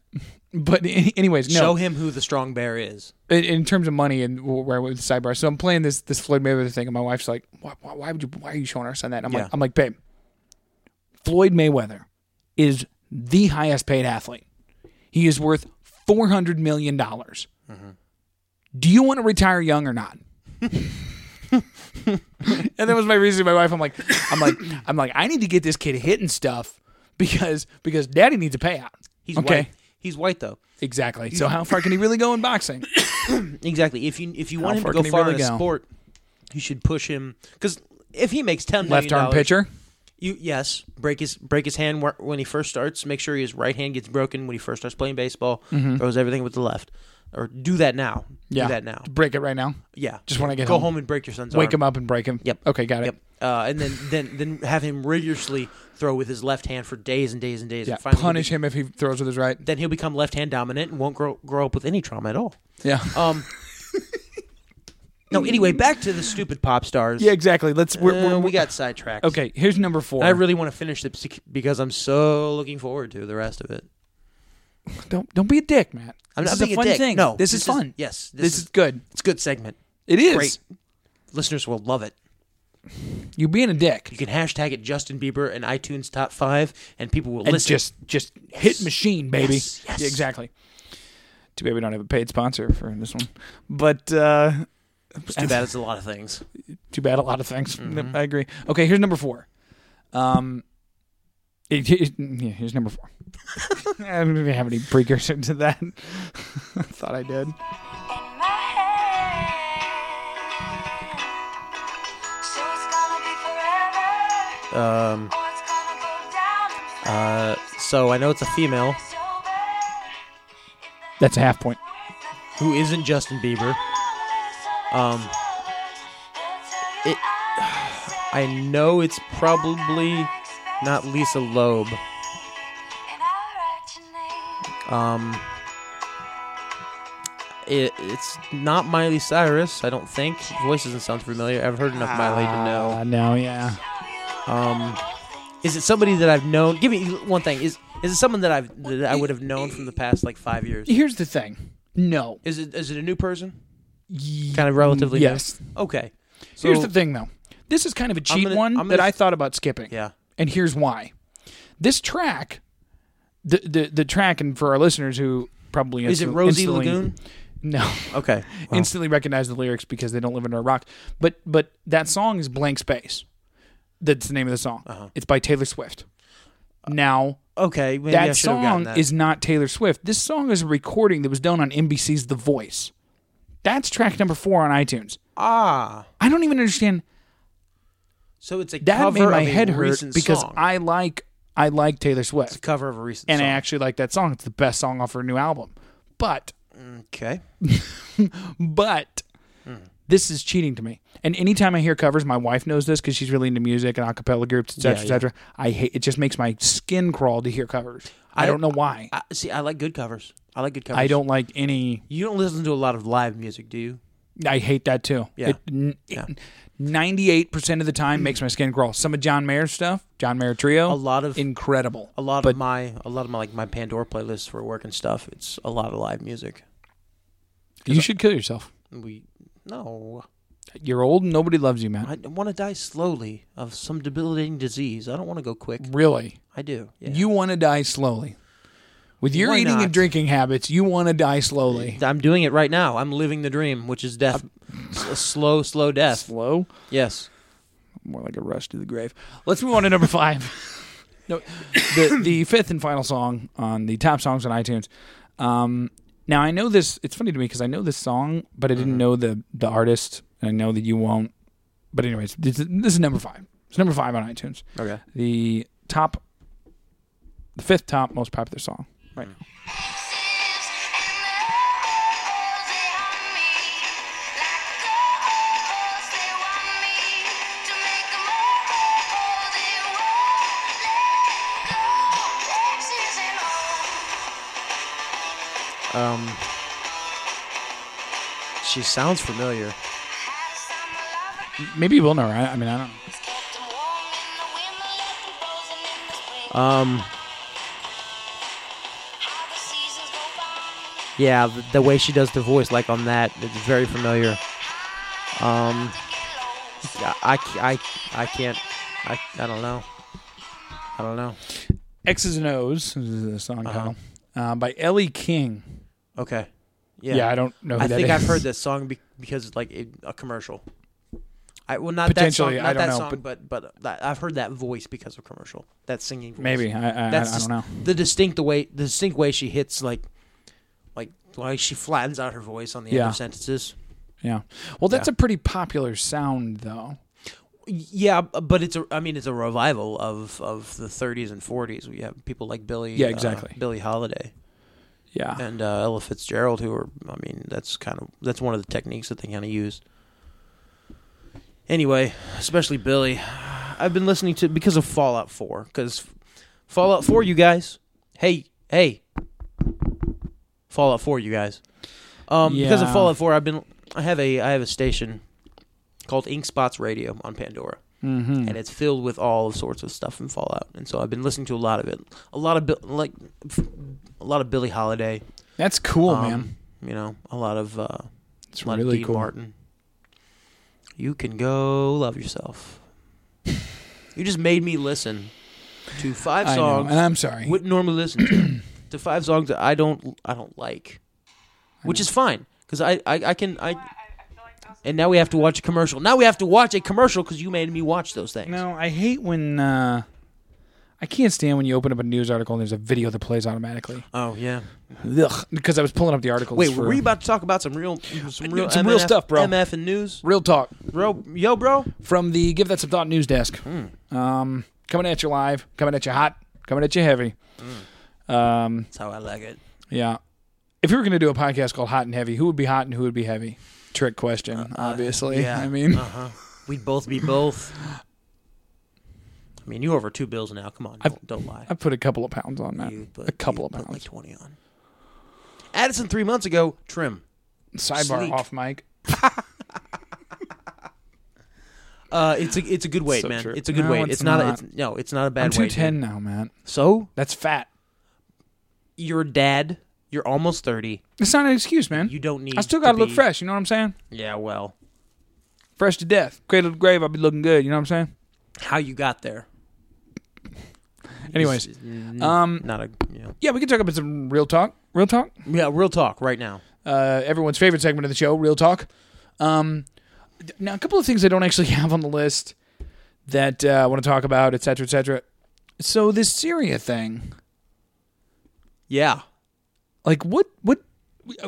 Speaker 2: But a- anyways, no.
Speaker 1: Mm-hmm. show him who the strong bear is.
Speaker 2: in, in terms of money and wh- where I went with the sidebar. So I'm playing this this Floyd Mayweather thing, and my wife's like, "Why, why, why would you? Why are you showing our son that?" And I'm
Speaker 1: Yeah.
Speaker 2: like, "I'm like, babe, Floyd Mayweather is the highest paid athlete. He is worth four hundred million dollars.
Speaker 1: Mm-hmm.
Speaker 2: Do you want to retire young or not?" and that was my reason to my wife. I'm like, I'm like, I'm like, I need to get this kid hitting stuff because because daddy needs a payout.
Speaker 1: He's
Speaker 2: okay,
Speaker 1: white. He's white though.
Speaker 2: exactly. So how far can he really go in boxing?
Speaker 1: Exactly. If you if you want him
Speaker 2: far
Speaker 1: to go
Speaker 2: can he
Speaker 1: far
Speaker 2: really
Speaker 1: in a
Speaker 2: go?
Speaker 1: sport, you should push him because if he makes ten
Speaker 2: Left arm
Speaker 1: dollars,
Speaker 2: pitcher.
Speaker 1: You yes, break his break his hand wh- when he first starts. Make sure his right hand gets broken when he first starts playing baseball. Throws everything with the left, or do that now.
Speaker 2: Mm-hmm. Yeah.
Speaker 1: Do that now.
Speaker 2: Break it right now.
Speaker 1: Yeah.
Speaker 2: Just when I get
Speaker 1: go
Speaker 2: home.
Speaker 1: home. and break your son's
Speaker 2: Wake
Speaker 1: arm.
Speaker 2: him up and break him.
Speaker 1: Yep.
Speaker 2: Okay, got it.
Speaker 1: Yep. Uh, and then, then then have him rigorously throw with his left hand for days and days and days.
Speaker 2: Yeah.
Speaker 1: and finally
Speaker 2: Punish
Speaker 1: he'll
Speaker 2: him if he throws with his right.
Speaker 1: be- Then he'll become left hand dominant and won't grow grow up with any trauma at all.
Speaker 2: Yeah.
Speaker 1: Um. no. Anyway, back to the stupid pop stars.
Speaker 2: yeah, exactly. Let's. We're,
Speaker 1: Uh,
Speaker 2: we're,
Speaker 1: we got sidetracked.
Speaker 2: Okay, here's number four.
Speaker 1: And I really want to finish this bec- because I'm so looking forward to the rest of it.
Speaker 2: don't don't be a dick, man.
Speaker 1: I'm
Speaker 2: this
Speaker 1: not
Speaker 2: is
Speaker 1: being
Speaker 2: a fun
Speaker 1: dick.
Speaker 2: thing.
Speaker 1: No,
Speaker 2: this, is fun.
Speaker 1: yes,
Speaker 2: this, is, good.
Speaker 1: it's a good segment.
Speaker 2: It is.
Speaker 1: Great. Listeners will love it.
Speaker 2: You being a
Speaker 1: You
Speaker 2: dick
Speaker 1: can hashtag it Justin Bieber and iTunes top five, and people will
Speaker 2: and
Speaker 1: listen.
Speaker 2: just just hit machine, baby.
Speaker 1: Yes, yes.
Speaker 2: Yeah, exactly. Too bad we don't have a paid sponsor for this one, but uh,
Speaker 1: It's too bad it's a lot of things.
Speaker 2: too bad a lot of things.
Speaker 1: Mm-hmm.
Speaker 2: I agree. Okay, here's number four. Um, it- it- yeah, here's number four. I don't even have any precursor to that. I thought I did.
Speaker 5: in my head. So it's gonna be
Speaker 1: Um,
Speaker 5: forever, or it's gonna go down in
Speaker 1: uh, so I know it's a female
Speaker 5: flames over. In the
Speaker 2: That's a half point.
Speaker 1: who isn't Justin Bieber. Um, it, I know it's probably not Lisa Loeb.
Speaker 5: And I'll write your name.
Speaker 1: Um, it, it's not Miley
Speaker 2: Ah.
Speaker 1: Cyrus, I don't think. Voice doesn't sound familiar. I've heard enough Miley to know.
Speaker 2: Uh, no, yeah.
Speaker 5: Oh, you
Speaker 1: Um, is it somebody that I've known? Give me one thing. Is is it someone that I've that I would have known from the past like five years?
Speaker 2: Here's the thing. No.
Speaker 1: Is it is it a new person?
Speaker 2: Ye-
Speaker 1: Kind of relatively. new?
Speaker 2: Mm, Yes.
Speaker 1: Okay. So,
Speaker 2: Here's the thing, though. This is kind of a cheat
Speaker 1: gonna-
Speaker 2: one
Speaker 1: I'm
Speaker 2: that
Speaker 1: gonna-
Speaker 2: I thought about skipping.
Speaker 1: Yeah.
Speaker 2: And here's why. This track, the the, the track, and for our listeners who probably
Speaker 1: Is it
Speaker 2: instant-
Speaker 1: Rosie
Speaker 2: instantly-
Speaker 1: Lagoon?
Speaker 2: No,
Speaker 1: Okay. Wow.
Speaker 2: instantly recognize the lyrics because they don't live under a rock. But but that song is Blank Space. That's the name of the song.
Speaker 1: Uh-huh.
Speaker 2: It's by Taylor Swift. Now
Speaker 1: okay. Maybe I
Speaker 2: that
Speaker 1: should have gotten
Speaker 2: song
Speaker 1: that.
Speaker 2: is not Taylor Swift. This song is a recording that was done on NBC's The Voice. That's track number four on iTunes.
Speaker 1: ah.
Speaker 2: I don't even understand
Speaker 1: So it's a
Speaker 2: that
Speaker 1: cover
Speaker 2: made my
Speaker 1: of a
Speaker 2: head hurt
Speaker 1: recent
Speaker 2: because
Speaker 1: song.
Speaker 2: I like I like Taylor
Speaker 1: It's a
Speaker 2: Swift
Speaker 1: cover of a recent
Speaker 2: and I
Speaker 1: song.
Speaker 2: actually like that song. It's the best song off her new album. But
Speaker 1: okay.
Speaker 2: but this is cheating to me. And anytime I hear covers, my wife knows this because she's really into music and a cappella groups, etc.,
Speaker 1: Yeah, yeah.
Speaker 2: etc. I hate it. Just makes my skin crawl to hear covers. I,
Speaker 1: I-
Speaker 2: don't know why. I,
Speaker 1: I, see, I like good covers. I like good covers.
Speaker 2: don't like any.
Speaker 1: You don't listen to a lot of live music, do you?
Speaker 2: I hate that too.
Speaker 1: Yeah. Yeah.
Speaker 2: Ninety-eight percent of the time makes my skin crawl. Some of John Mayer's stuff, John Mayer trio,
Speaker 1: A lot of
Speaker 2: incredible.
Speaker 1: a lot
Speaker 2: but
Speaker 1: of my a lot of my like my Pandora playlists for work and stuff. It's a lot of live music.
Speaker 2: you should kill yourself.
Speaker 1: We no,
Speaker 2: You're old and nobody loves you, man.
Speaker 1: I want to die slowly of some debilitating disease. I don't want to go quick.
Speaker 2: really,
Speaker 1: I do. Yeah.
Speaker 2: you want to die slowly. With your
Speaker 1: Why
Speaker 2: eating
Speaker 1: not?
Speaker 2: and drinking habits, you want to die slowly.
Speaker 1: I'm doing it right now. I'm living the dream, which is death, S- a slow, slow death.
Speaker 2: Slow.
Speaker 1: Yes.
Speaker 2: more like a rush to the grave. Let's move on to number five. no, the the fifth and final song on the top songs on iTunes. Um, now I know this. It's funny to me because I know this song, but I didn't
Speaker 1: Mm-hmm.
Speaker 2: know the the artist, and I know that you won't. But anyways, this, is- this is number five. It's number five on iTunes.
Speaker 1: Okay.
Speaker 2: The top, the fifth top most popular song right now.
Speaker 1: Um. She sounds familiar.
Speaker 2: Maybe you will know. Right? I mean, I don't. know.
Speaker 1: Um. Yeah, the, the way she does the voice, like on that, it's very familiar. Um, I, I, ca- I, I can't, I, I don't know. I don't know.
Speaker 2: X's and O's is the song
Speaker 1: Uh-huh.
Speaker 2: title uh, by Ellie King.
Speaker 1: Okay. Yeah.
Speaker 2: Yeah, I don't know. Who
Speaker 1: I
Speaker 2: that
Speaker 1: think I've
Speaker 2: is.
Speaker 1: heard this song be- because it's like it, a commercial. I well not
Speaker 2: Potentially,
Speaker 1: that song,
Speaker 2: I
Speaker 1: not
Speaker 2: don't
Speaker 1: that
Speaker 2: know,
Speaker 1: song, but but, that, I've heard that voice because of commercial. That singing. Voice.
Speaker 2: Maybe I
Speaker 1: That's
Speaker 2: I, I, I don't
Speaker 1: just
Speaker 2: know.
Speaker 1: The distinct the way the distinct way she hits like like why she flattens out her voice on the end
Speaker 2: Yeah.
Speaker 1: of sentences.
Speaker 2: Yeah. Well, that's a pretty popular sound though.
Speaker 1: Yeah, b- but it's a I mean it's a revival of of the 30s and 40s. We have people like Billy
Speaker 2: Yeah,
Speaker 1: uh,
Speaker 2: exactly.
Speaker 1: Billie Holiday
Speaker 2: Yeah.
Speaker 1: and uh, Ella Fitzgerald who are I mean that's kind of that's one of the techniques that they kind of use. Anyway, especially Billy, I've been listening to because of Fallout 4 cuz Fallout 4 you guys. Hey, hey. Fallout 4 you guys. Um because of
Speaker 2: Yeah.
Speaker 1: Fallout 4 I've been I have a I have a station called Ink Spots Radio on Pandora
Speaker 2: Mm-hmm.
Speaker 1: and it's filled with all sorts of stuff from Fallout. And so I've been listening to a lot of it, a lot of Bi- like f- a lot of Billie Holiday.
Speaker 2: That's cool,
Speaker 1: um,
Speaker 2: man.
Speaker 1: You know, a lot of uh,
Speaker 2: It's
Speaker 1: a lot
Speaker 2: really
Speaker 1: of Dean
Speaker 2: cool.
Speaker 1: Martin. You can go love yourself. you just made me listen to five
Speaker 2: I know,
Speaker 1: songs
Speaker 2: and I'm sorry.
Speaker 1: wouldn't normally listen to. to five songs that I don't I don't like, which is fine because I, I I can I. And now we have to watch a commercial. Now we have to watch a commercial because you made me watch those things.
Speaker 2: no, I hate when uh, I can't stand when you open up a news article and there's a video that plays automatically.
Speaker 1: Oh yeah.
Speaker 2: Ugh, because I was pulling up the articles.
Speaker 1: Wait,
Speaker 2: for
Speaker 1: were we about to talk about some real, some real,
Speaker 2: some real
Speaker 1: MNF
Speaker 2: stuff, bro.
Speaker 1: MF and news,
Speaker 2: real talk
Speaker 1: bro. Yo, bro.
Speaker 2: from the Give That Some Thought news desk.
Speaker 1: Hmm.
Speaker 2: Um, coming at you live, coming at you hot, coming at you heavy. Um,
Speaker 1: That's how I like it.
Speaker 2: yeah. If we were going to do a podcast called Hot and Heavy, who would be hot and who would be heavy? Trick question, obviously.
Speaker 1: Uh, yeah. Uh.
Speaker 2: I mean,
Speaker 1: We'd both be both. I mean, you over two bills now. Come on, don't, don't lie.
Speaker 2: I put a couple of pounds on that.
Speaker 1: You put-
Speaker 2: a couple
Speaker 1: you
Speaker 2: of
Speaker 1: put
Speaker 2: pounds.
Speaker 1: like twenty on. Addison three months ago, trim.
Speaker 2: Sidebar
Speaker 1: sleek.
Speaker 2: off mic.
Speaker 1: Uh, it's a it's a good weight,
Speaker 4: So
Speaker 1: man.
Speaker 4: true.
Speaker 1: It's a good
Speaker 2: No,
Speaker 1: weight.
Speaker 2: it's
Speaker 1: It's, not.
Speaker 2: not.
Speaker 1: A, it's, no, it's not a bad
Speaker 2: I'm
Speaker 1: weight. dude.
Speaker 2: 210 now, Matt.
Speaker 1: So
Speaker 2: That's fat.
Speaker 1: you're a dad. You're almost thirty.
Speaker 2: It's not an excuse, man.
Speaker 1: You don't need.
Speaker 2: I still got to
Speaker 1: to
Speaker 2: look
Speaker 1: be-
Speaker 2: fresh. You know what I'm saying?
Speaker 1: Yeah. Well,
Speaker 2: Fresh to death. Cradle to grave, I'll be looking good. You know what I'm saying?
Speaker 1: how you got there?
Speaker 2: Anyways,
Speaker 1: Is- n-
Speaker 2: um,
Speaker 1: not a you know.
Speaker 2: yeah, we can talk about some real talk. Real talk.
Speaker 1: yeah. Real talk right now.
Speaker 2: Uh, everyone's favorite segment of the show, real talk. Um, d- now, a couple of things I don't actually have on the list that uh, I want to talk about, et cetera, et cetera. So this Syria thing,
Speaker 1: Yeah.
Speaker 2: like, what, what?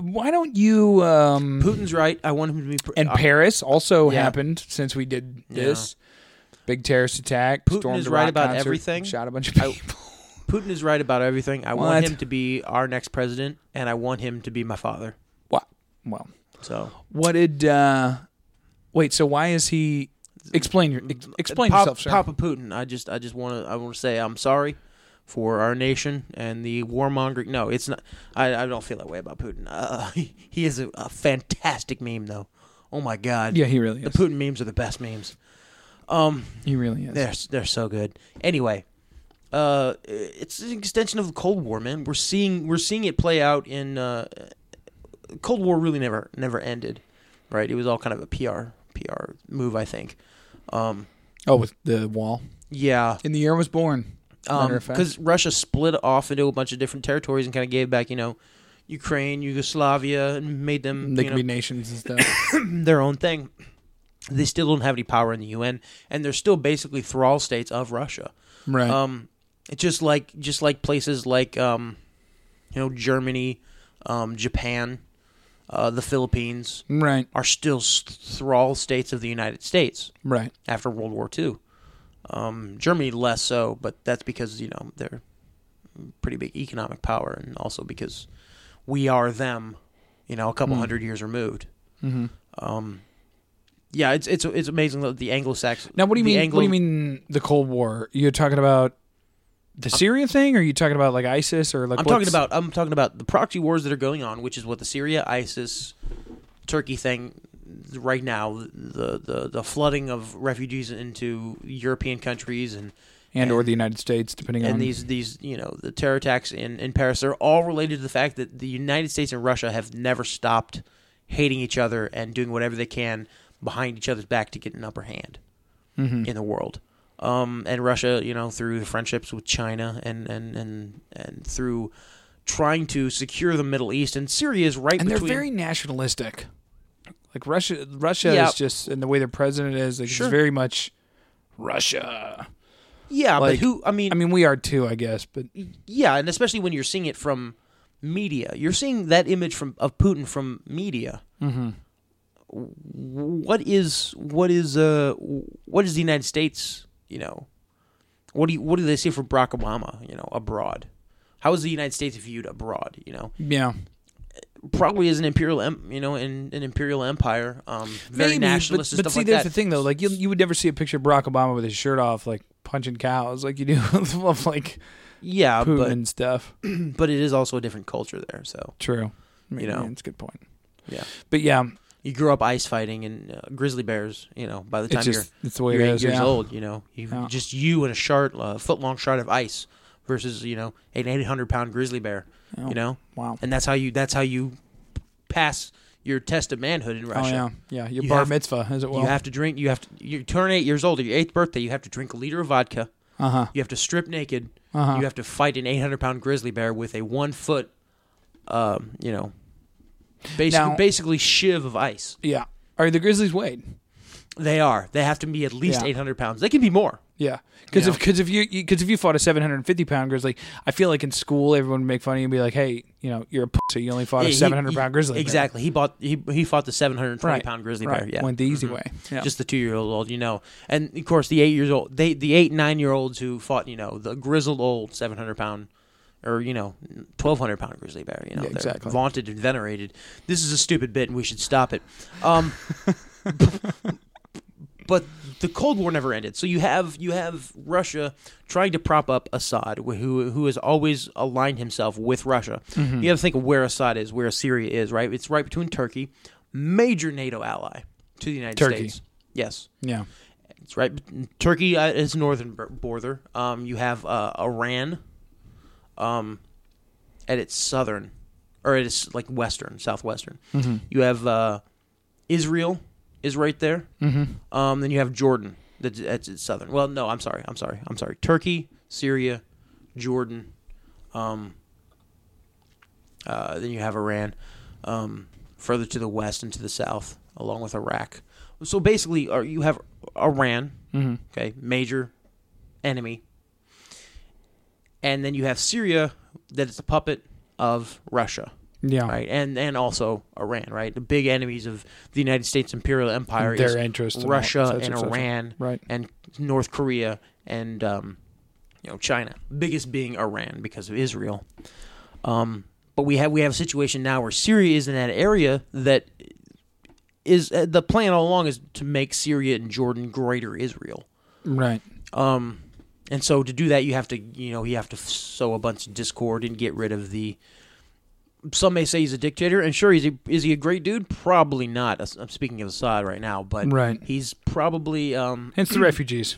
Speaker 2: Why don't you? Um,
Speaker 1: Putin's right. I want him to be. Pr-
Speaker 2: and
Speaker 1: uh,
Speaker 2: Paris also
Speaker 1: yeah.
Speaker 2: happened since we did
Speaker 1: Yeah.
Speaker 2: this big terrorist attack.
Speaker 1: Putin
Speaker 2: stormed
Speaker 1: is
Speaker 2: a
Speaker 1: right
Speaker 2: rock
Speaker 1: about
Speaker 2: concert,
Speaker 1: everything.
Speaker 2: Shot a bunch of
Speaker 1: I-
Speaker 2: people.
Speaker 1: Putin is right about everything. I want
Speaker 2: What?
Speaker 1: him to be our next president, and I want him to be my father.
Speaker 2: Wha- Well,
Speaker 1: So
Speaker 2: what did? uh Wait, so why is he? Explain your ex- explain
Speaker 1: Pop-
Speaker 2: yourself, sir.
Speaker 1: Papa Putin. I just, I just want to, I want to say I'm sorry for our nation and the warmongering. No, it's not. I, I don't feel that way about Putin. Uh, he is a, a fantastic meme, though. Oh my God.
Speaker 2: Yeah, he really
Speaker 1: the
Speaker 2: is.
Speaker 1: Putin memes are the best memes. Um,
Speaker 2: He really is.
Speaker 1: they're they're so good. Anyway, uh, it's an extension of the Cold War, man. We're seeing we're seeing it play out in uh, Cold War. Really, never never ended, right? It was all kind of a PR PR move, I think. Um,
Speaker 2: Oh, with the wall.
Speaker 1: yeah,
Speaker 2: In the year I was born. Matter of fact.
Speaker 1: because Um, Russia split off into a bunch of different territories and kind of gave back, you know, Ukraine, Yugoslavia, and made them
Speaker 2: They
Speaker 1: you
Speaker 2: can
Speaker 1: know,
Speaker 2: be nations and stuff.
Speaker 1: their own thing. They still don't have any power in the UN, and they're still basically thrall states of Russia.
Speaker 2: right.
Speaker 1: Um, it's just like just like places like um, you know Germany, um, Japan, uh, the Philippines
Speaker 2: right.
Speaker 1: are still s- thrall states of the United States
Speaker 2: Right.
Speaker 1: after World War II. Um, Germany less so, but that's because you know they're pretty big economic power, and also because we are them, you know, a couple
Speaker 2: Mm.
Speaker 1: hundred years removed. Mm-hmm. Um, yeah, it's it's it's amazing that the Anglo-Saxon.
Speaker 2: Now, what do you
Speaker 1: the
Speaker 2: mean?
Speaker 1: Anglo-
Speaker 2: what do you mean? The Cold War? You're talking about the Syria thing, or are you talking about like ISIS, or like
Speaker 1: I'm
Speaker 2: what's-
Speaker 1: talking about I'm talking about the proxy wars that are going on, which is what the Syria, ISIS, Turkey thing right now. The the the flooding of refugees into European countries and
Speaker 2: and or the United States, depending on
Speaker 1: and these these you know the terror attacks in in Paris are all related to the fact that the United States and Russia have never stopped hating each other and doing whatever they can behind each other's back to get an upper hand
Speaker 2: Mm-hmm.
Speaker 1: in the world. Um, and Russia, you know, through friendships with China and and and and through trying to secure the Middle East and Syria is right
Speaker 2: and they're
Speaker 1: between.
Speaker 2: very nationalistic. Like Russia, Russia
Speaker 1: Yeah.
Speaker 2: is just, and the way their president is, like,
Speaker 1: Sure.
Speaker 2: it's very much Russia.
Speaker 1: yeah, but
Speaker 2: like,
Speaker 1: who? I mean,
Speaker 2: I mean, we are too, I guess, but
Speaker 1: yeah, and especially when you're seeing it from media, you're seeing that image from of Putin from media. Mm-hmm. What is what is uh what is the United States? You know, what do you, what do they say for Barack Obama? You know, abroad. How is the United States viewed abroad? You know,
Speaker 2: yeah,
Speaker 1: probably as an imperial, em- you know, an, an imperial empire, um, very
Speaker 2: Maybe,
Speaker 1: nationalist
Speaker 2: But,
Speaker 1: and
Speaker 2: but
Speaker 1: stuff
Speaker 2: see,
Speaker 1: like
Speaker 2: there's
Speaker 1: that.
Speaker 2: the thing though, like you, you would never see a picture of Barack Obama with his shirt off, like punching cows, like you do of like
Speaker 1: yeah,
Speaker 2: Putin
Speaker 1: Uh, but
Speaker 2: and stuff.
Speaker 1: but it is also a different culture there. So
Speaker 2: True, you
Speaker 1: know.
Speaker 2: it's a good point.
Speaker 1: Yeah.
Speaker 2: but yeah,
Speaker 1: you grew up ice fighting and uh, grizzly bears. You know, by the time
Speaker 2: it's
Speaker 1: you're
Speaker 2: just it's the way
Speaker 1: you're
Speaker 2: it
Speaker 1: eight
Speaker 2: is.
Speaker 1: years
Speaker 2: yeah.
Speaker 1: old. You know, you,
Speaker 2: Yeah.
Speaker 1: just you and a shard, a foot long shard of ice versus you know an eight hundred pound grizzly bear.
Speaker 2: Oh,
Speaker 1: You know,
Speaker 2: wow.
Speaker 1: and that's how you that's how you pass your test of manhood in
Speaker 2: Oh
Speaker 1: Russia.
Speaker 2: yeah, yeah, your
Speaker 1: You
Speaker 2: bar
Speaker 1: have-
Speaker 2: mitzvah, as it
Speaker 1: You
Speaker 2: will.
Speaker 1: have to drink. You have to. You turn eight years old. At your eighth birthday, you have to drink a liter of vodka.
Speaker 2: uh huh.
Speaker 1: You have to strip naked.
Speaker 2: Uh-huh.
Speaker 1: You have to fight an eight hundred pound grizzly bear with a one foot, um, you know, basically
Speaker 2: Now-
Speaker 1: basically shiv of ice.
Speaker 2: Yeah. Are the Grizzlies weighed?
Speaker 1: They are. They have to be at least
Speaker 2: Yeah.
Speaker 1: eight hundred pounds. They can be more.
Speaker 2: Yeah, because
Speaker 1: You
Speaker 2: if because if you because if you fought a 750 pound grizzly, I feel like in school everyone would make fun of you and be like, "Hey, you know, you're a pussy. You only fought a
Speaker 1: Yeah, he-
Speaker 2: 700
Speaker 1: he-
Speaker 2: pound grizzly." bear."
Speaker 1: Exactly. He bought he he fought the 720 twenty
Speaker 2: Right,
Speaker 1: pound grizzly
Speaker 2: right.
Speaker 1: bear. Yeah.
Speaker 2: went the easy way. Yeah.
Speaker 1: just the two year old, you know, and of course the eight years old, they the eight nine year olds who fought, you know, the grizzled old seven hundred pound, or you know, twelve hundred pound grizzly bear, you know,
Speaker 2: Yeah,
Speaker 1: they're
Speaker 2: exactly.
Speaker 1: vaunted and venerated. This is a stupid bit, and we should stop it. Um, but the Cold War never ended. So you have you have Russia trying to prop up Assad, wh- who who has always aligned himself with Russia. You have to think of where Assad is, where Syria is, right? It's right between Turkey, major NATO ally to the United
Speaker 2: Turkey.
Speaker 1: States. Yes,
Speaker 2: yeah,
Speaker 1: It's right. bet- Turkey uh, is northern bor- border. Um, you have uh, Iran, um, at its southern, or at its like western, southwestern. You have uh, Israel is right there. Mm-hmm. Um, then you have Jordan. That's, that's its southern. Well, no, I'm sorry. I'm sorry. I'm sorry. Turkey, Syria, Jordan. Um, uh, then you have Iran, um, further to the west and to the south, along with Iraq. So basically, uh, you have Iran, okay, major enemy, and then you have Syria, that is the puppet of Russia,
Speaker 2: Yeah.
Speaker 1: right, and and also Iran, right, the big enemies of the United States imperial empire,
Speaker 2: Their
Speaker 1: is
Speaker 2: interest and all-
Speaker 1: Russia
Speaker 2: et cetera,
Speaker 1: and
Speaker 2: et cetera.
Speaker 1: Iran,
Speaker 2: Right.
Speaker 1: and North Korea and um, you know China. Biggest being Iran because of Israel. Um, but we have we have a situation now where Syria is in that area that is uh, the plan all along is to make Syria and Jordan greater Israel.
Speaker 2: Right.
Speaker 1: Um, and so to do that, you have to you know you have to sow a bunch of discord and get rid of the. Some may say he's a dictator, and sure, he's a, is he a great dude? Probably not. As- I'm speaking of Assad right now, but
Speaker 2: Right.
Speaker 1: he's probably um,
Speaker 2: Hence the refugees.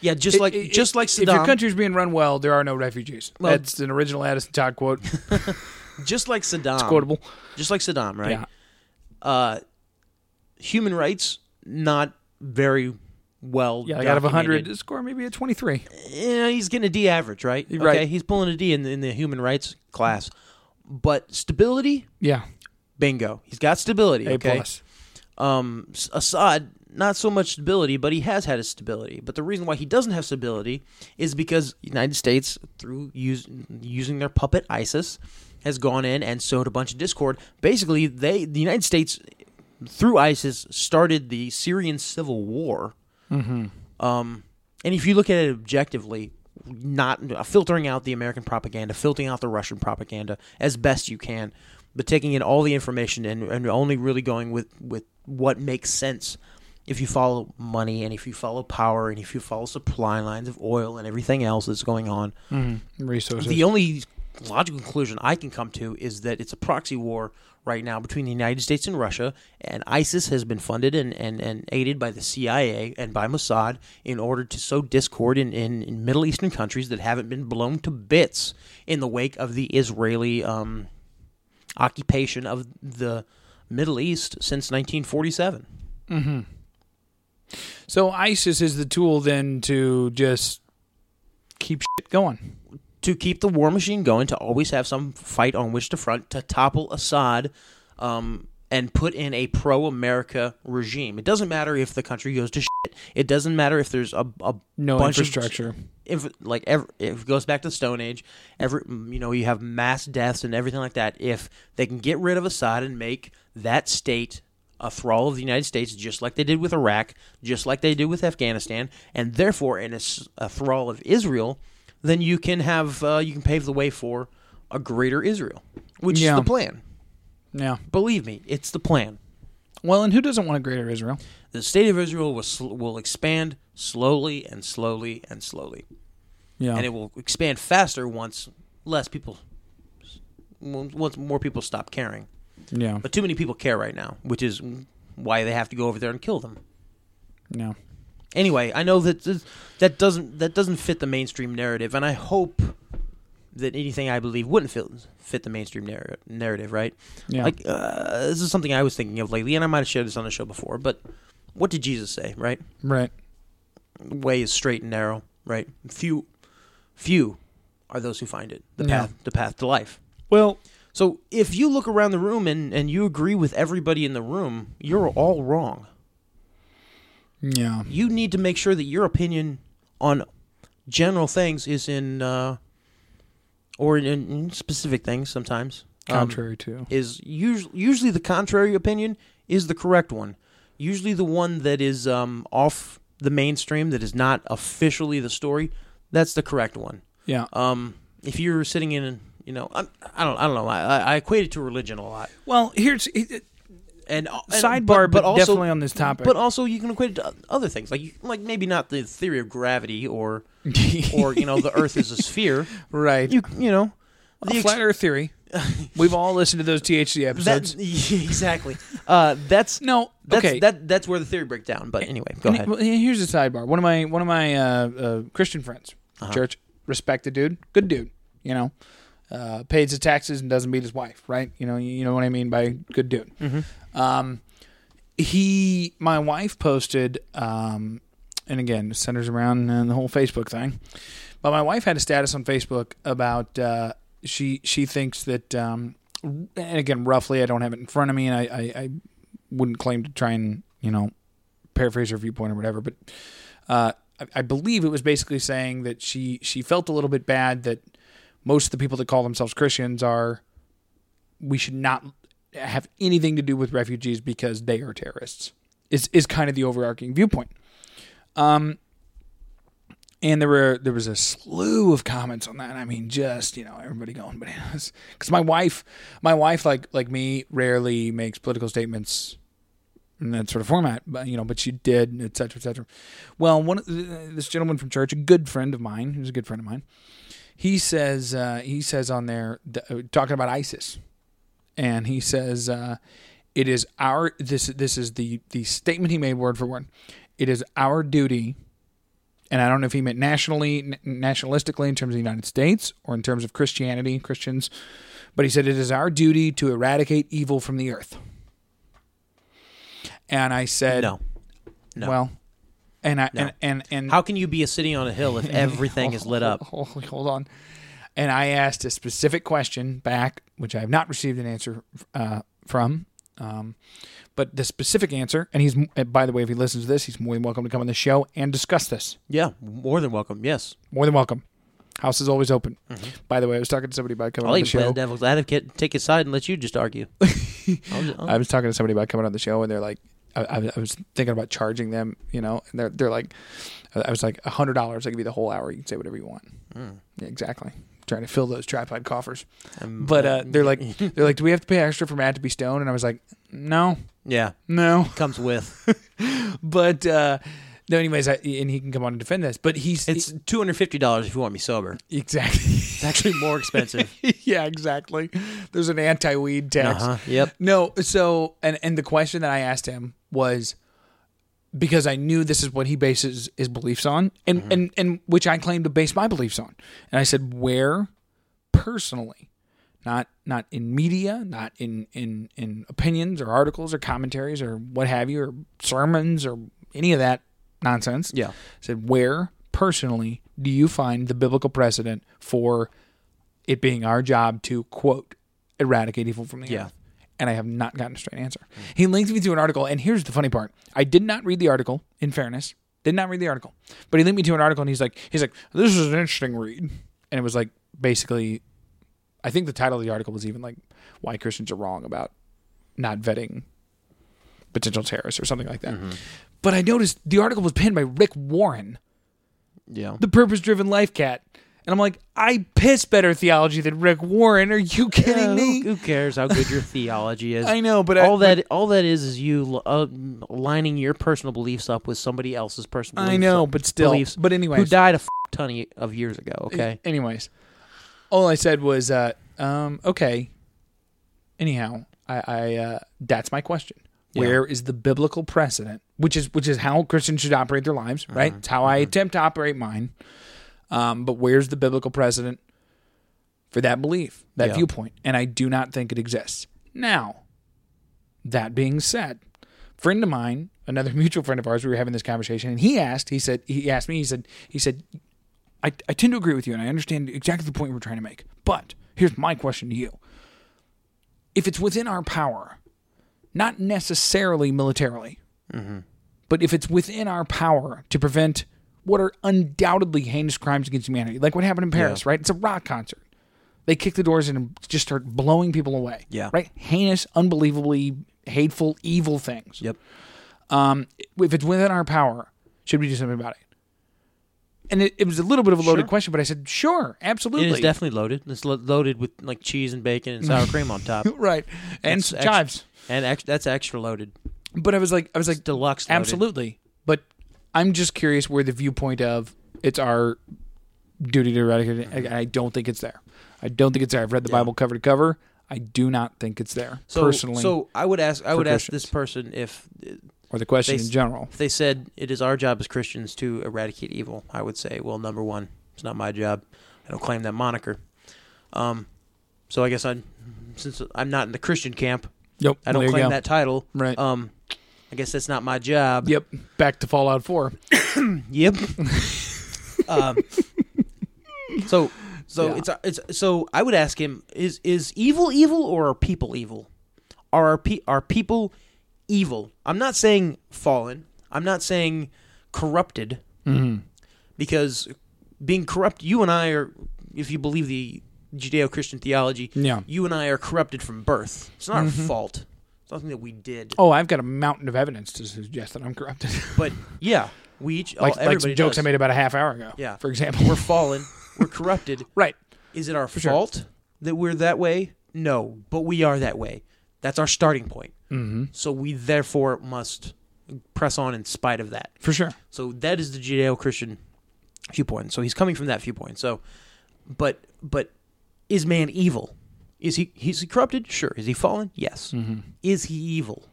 Speaker 1: yeah, just like
Speaker 2: It- it-
Speaker 1: just like
Speaker 2: If your
Speaker 1: Saddam,
Speaker 2: country's being run well, there are no refugees.
Speaker 1: Well-
Speaker 2: That's an original Addison Todd quote. It's
Speaker 1: just like Saddam,
Speaker 2: quotable.
Speaker 1: just like Saddam, right?
Speaker 2: Yeah.
Speaker 1: Uh, human rights not very well.
Speaker 2: Like out of 100,
Speaker 1: documented.
Speaker 2: score maybe a 23.
Speaker 1: yeah, he's getting a D average, right?
Speaker 2: You're right.
Speaker 1: Okay, he's pulling a D in the, in the human rights class, but stability,
Speaker 2: Yeah.
Speaker 1: bingo, he's got stability.
Speaker 2: A
Speaker 1: okay,
Speaker 2: plus.
Speaker 1: um, S- Assad, not so much stability, but he has had his stability. But the reason why he doesn't have stability is because the United States, through use, using their puppet ISIS, has gone in and sowed a bunch of discord. Basically, they the United States, through ISIS, started the Syrian civil war. Um, and if you look at it objectively, not uh, filtering out the American propaganda, filtering out the Russian propaganda as best you can, but taking in all the information and, and only really going with, with what makes sense. If you follow money and if you follow power and if you follow supply lines of oil and everything else that's going on,
Speaker 2: Resources.
Speaker 1: the only logical conclusion I can come to is that it's a proxy war right now between the United States and Russia, and ISIS has been funded and, and, and aided by the CIA and by Mossad in order to sow discord in, in, in Middle Eastern countries that haven't been blown to bits in the wake of the Israeli um, occupation of the Middle East since 1947.
Speaker 2: so ISIS is the tool then to just keep shit going.
Speaker 1: to keep the war machine going, to always have some fight on which to front, to topple Assad um, and put in a pro America regime. It doesn't matter if the country goes to shit. It doesn't matter if there's a, a
Speaker 2: No
Speaker 1: bunch
Speaker 2: infrastructure.
Speaker 1: Of, if, like ever, if it goes back to the Stone Age, every you know you have mass deaths and everything like that. If they can get rid of Assad and make that state a thrall of the United States, just like they did with Iraq, just like they did with Afghanistan, and therefore in a, s- a thrall of Israel, then you can have uh, you can pave the way for a greater Israel, which
Speaker 2: Yeah.
Speaker 1: is the plan.
Speaker 2: Yeah.
Speaker 1: Believe me, it's the plan.
Speaker 2: Well, and who doesn't want a greater Israel?
Speaker 1: The state of Israel will sl- will expand slowly and slowly and slowly,
Speaker 2: Yeah.
Speaker 1: and it will expand faster once less people, once more people stop caring.
Speaker 2: yeah.
Speaker 1: But too many people care right now, which is why they have to go over there and kill them.
Speaker 2: yeah.
Speaker 1: anyway, I know that this- that doesn't that doesn't fit the mainstream narrative, and I hope that anything I believe wouldn't fit fit the mainstream narr- narrative, right?
Speaker 2: Yeah.
Speaker 1: Like uh, this is something I was thinking of lately, and I might have shared this on the show before, but what did Jesus say? Right,
Speaker 2: Right.
Speaker 1: the way is straight and narrow. Right, few few are those who find it the
Speaker 2: Yeah.
Speaker 1: path the path to life.
Speaker 2: Well,
Speaker 1: So if you look around the room and, and you agree with everybody in the room, you're all wrong.
Speaker 2: yeah.
Speaker 1: you need to make sure that your opinion on general things is in uh, or in, in specific things sometimes um,
Speaker 2: Contrary to.
Speaker 1: is usually usually the contrary opinion is the correct one usually the one that is um, off the mainstream that is not officially the story that's the correct one
Speaker 2: Yeah.
Speaker 1: um, if you're sitting in you know I'm, i don't i don't know I, I I equate it to religion a lot
Speaker 2: Well, here's it-
Speaker 1: and, uh, and
Speaker 2: sidebar, but,
Speaker 1: also-
Speaker 2: definitely on this topic.
Speaker 1: but also you can equate it to o- other things like you, like maybe not the theory of gravity or or you know the earth is a sphere
Speaker 2: right.
Speaker 1: you you know the
Speaker 2: a
Speaker 1: ex-
Speaker 2: flat Earth theory We've all listened to those THC episodes.
Speaker 1: That's exactly. Uh, that's
Speaker 2: no,
Speaker 1: That's,
Speaker 2: okay.
Speaker 1: That that's where the theory breaks down. But anyway, go
Speaker 2: And-
Speaker 1: ahead.
Speaker 2: well, and here's a sidebar. One of my one of my uh, uh, Christian friends,
Speaker 1: Uh-huh.
Speaker 2: church, respect the dude, good dude. You know, uh, pays his taxes and doesn't beat his wife, right? You know, you know what I mean by good dude.
Speaker 1: Mm-hmm.
Speaker 2: Um, he, my wife posted, um, and again, it centers around uh, the whole Facebook thing. But my wife had a status on Facebook about uh, she she thinks that, um, and again, roughly, I don't have it in front of me, and I, I, I wouldn't claim to try and you know paraphrase her viewpoint or whatever, but uh, I, I believe it was basically saying that she she felt a little bit bad that most of the people that call themselves Christians are we should not have anything to do with refugees because they are terrorists. Is is kind of the overarching viewpoint. Um and there were there was a slew of comments on that. I mean, just you know, everybody going bananas. Because my wife, my wife, like like me, rarely makes political statements in that sort of format, but you know, but she did, et cetera, et cetera. Well, one of the- this gentleman from church, a good friend of mine, who's a good friend of mine, he says uh, he says on there th- uh, talking about ISIS, and he says uh, it is our this this is the the statement he made word for word. It is our duty, and I don't know if he meant nationally, n- nationalistically in terms of the United States or in terms of Christianity, Christians, but he said it is our duty to eradicate evil from the earth. And I said,
Speaker 1: no. No.
Speaker 2: well, and I and and and
Speaker 1: How can you be a city on a hill if everything is lit up?
Speaker 2: Hold, hold on. And I asked a specific question back, which I have not received an answer uh, from. Um, but the specific answer, and he's and by the way, if he listens to this, he's more than welcome to come on the show and discuss this.
Speaker 1: Yeah, more than welcome. Yes,
Speaker 2: More than welcome. House is always open. By the way, I was talking to somebody about coming
Speaker 1: I'll
Speaker 2: on the
Speaker 1: even play
Speaker 2: show.
Speaker 1: the devil's advocate, take his side, and let you just argue. I'll- I'll-
Speaker 2: I was talking to somebody about coming on the show, and they're like, I, I, I was thinking about charging them, you know, and they're they're like, I was like, hundred dollars, I give you the whole hour. You can say whatever you want.
Speaker 1: Hmm.
Speaker 2: Yeah, exactly. Trying to fill those tripod coffers,
Speaker 1: Um,
Speaker 2: but uh, they're like, they're like, do we have to pay extra for Matt to be stoned? And I was like, no,
Speaker 1: yeah,
Speaker 2: no.
Speaker 1: comes with
Speaker 2: But uh, no, anyways, I, and he can come on and defend this. But he's
Speaker 1: it's two hundred fifty dollars if you want me sober.
Speaker 2: exactly,
Speaker 1: It's actually more expensive.
Speaker 2: yeah, exactly. There's an anti-weed tax.
Speaker 1: Uh-huh. Yep.
Speaker 2: No, so and and the question that I asked him was because I knew this is what he bases his beliefs on and and and which I claim to base my beliefs on. And I said where personally, not not in media, not in in in opinions or articles or commentaries or what have you or sermons or any of that nonsense.
Speaker 1: Yeah.
Speaker 2: I said where personally do you find the biblical precedent for it being our job to quote eradicate evil from the
Speaker 1: Yeah.
Speaker 2: earth. And I have not gotten a straight answer. He links me to an article, and here's the funny part: I did not read the article. In fairness, did not read the article, but he linked me to an article, and he's like, he's like, this is an interesting read, and it was like basically, I think the title of the article was even like why Christians are wrong about not vetting potential terrorists or something like that. But I noticed the article was penned by Rick Warren,
Speaker 1: Yeah.
Speaker 2: the purpose driven life cat. And I'm like, I piss better theology than Rick Warren. Are you kidding
Speaker 1: Yeah,
Speaker 2: me?
Speaker 1: Who, who cares how good your theology is?
Speaker 2: I know, but I-
Speaker 1: all that all that is is you uh, lining your personal beliefs up with somebody else's personal.
Speaker 2: I
Speaker 1: beliefs
Speaker 2: know, but still-
Speaker 1: beliefs,
Speaker 2: but anyways.
Speaker 1: who died a f- ton of y- of years ago? Okay,
Speaker 2: Anyways, all I said was, uh, um, okay. Anyhow, I, I uh, that's my question. Where is the biblical precedent, which is which is how Christians should operate their lives, right?
Speaker 1: Uh-huh.
Speaker 2: It's how I attempt to operate mine. Um, but where's the biblical precedent for that belief, that
Speaker 1: Yeah.
Speaker 2: viewpoint? And I do not think it exists. Now, that being said, friend of mine, another mutual friend of ours, we were having this conversation, and he asked, he said, he asked me, he said, he said, I, I tend to agree with you, and I understand exactly the point you were trying to make. But here's my question to you if it's within our power, not necessarily militarily, but if it's within our power to prevent what are undoubtedly heinous crimes against humanity, like what happened in Paris, right? It's a rock concert. They kick the doors in and just start blowing people away.
Speaker 1: Yeah.
Speaker 2: Right? Heinous, unbelievably hateful, evil things.
Speaker 1: Yep.
Speaker 2: Um, if it's within our power, should we do something about it? And it, it was a little bit of a loaded question, but I said, sure, absolutely.
Speaker 1: it is definitely loaded. It's lo- loaded with like cheese and bacon and sour cream on top.
Speaker 2: right. And
Speaker 1: It's
Speaker 2: some
Speaker 1: ex-
Speaker 2: chives.
Speaker 1: and ex- that's extra loaded.
Speaker 2: But I was like, I was like,
Speaker 1: Deluxe loaded.
Speaker 2: absolutely. But I'm just curious where the viewpoint of it's our duty to eradicate, it, and I don't think it's there. I don't think it's there. I've read the Bible cover to cover. I do not think it's there
Speaker 1: So,
Speaker 2: personally,
Speaker 1: so I would ask. I
Speaker 2: for
Speaker 1: would ask
Speaker 2: Christians.
Speaker 1: this person if
Speaker 2: or the question
Speaker 1: they-
Speaker 2: in general.
Speaker 1: if they said it is our job as Christians to eradicate evil. I would say, well, number one, it's not my job. I don't claim that moniker. Um, so I guess I, since I'm not in the Christian camp,
Speaker 2: Yep,
Speaker 1: I don't
Speaker 2: there you
Speaker 1: claim
Speaker 2: go.
Speaker 1: that title.
Speaker 2: Right.
Speaker 1: Um, I guess that's not my job.
Speaker 2: Yep, back to Fallout Four.
Speaker 1: Yep. um, so, so
Speaker 2: Yeah.
Speaker 1: it's it's so I would ask him: Is is evil evil or are people evil? Are our pe- are people evil? I'm not saying fallen. I'm not saying corrupted.
Speaker 2: Mm-hmm.
Speaker 1: Because being corrupt, you and I are. If you believe the Judeo-Christian theology,
Speaker 2: Yeah. Mm-hmm.
Speaker 1: you and I are corrupted from birth. It's not our fault. It's something that we did.
Speaker 2: Oh, I've got a mountain of evidence to suggest that I'm corrupted.
Speaker 1: But yeah, we each
Speaker 2: like,
Speaker 1: all-
Speaker 2: like
Speaker 1: everybody
Speaker 2: some jokes
Speaker 1: does.
Speaker 2: I made about a half hour ago.
Speaker 1: Yeah.
Speaker 2: for example.
Speaker 1: We're fallen. We're corrupted.
Speaker 2: right.
Speaker 1: Is it our
Speaker 2: sure.
Speaker 1: fault that we're that way? No, but we are that way. That's our starting point. Mm-hmm. So we therefore must press on in spite of that.
Speaker 2: For sure.
Speaker 1: So that is the Judeo-Christian viewpoint. So he's coming from that viewpoint. So, but but is man evil? Is he is he corrupted? Sure. Is he fallen? Yes. Is he evil?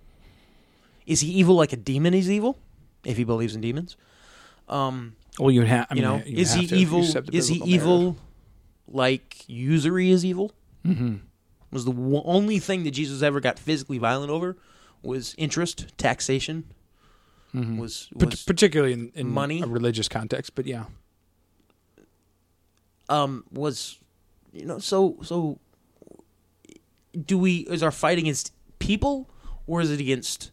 Speaker 1: Is he evil like a demon is evil? If he believes in demons, um,
Speaker 2: Well, you have. I
Speaker 1: you
Speaker 2: mean,
Speaker 1: know,
Speaker 2: you
Speaker 1: is
Speaker 2: have
Speaker 1: he
Speaker 2: to if you
Speaker 1: evil?
Speaker 2: accept the
Speaker 1: Is he
Speaker 2: biblical
Speaker 1: evil
Speaker 2: narrative.
Speaker 1: like usury is evil? Mm-hmm. Was the wo- only thing that Jesus ever got physically violent over was interest, taxation.
Speaker 2: Mm-hmm.
Speaker 1: Was,
Speaker 2: Par-
Speaker 1: was
Speaker 2: particularly in, in
Speaker 1: money?
Speaker 2: a religious context, but yeah,
Speaker 1: um was you know so so do we is our fight against people or is it against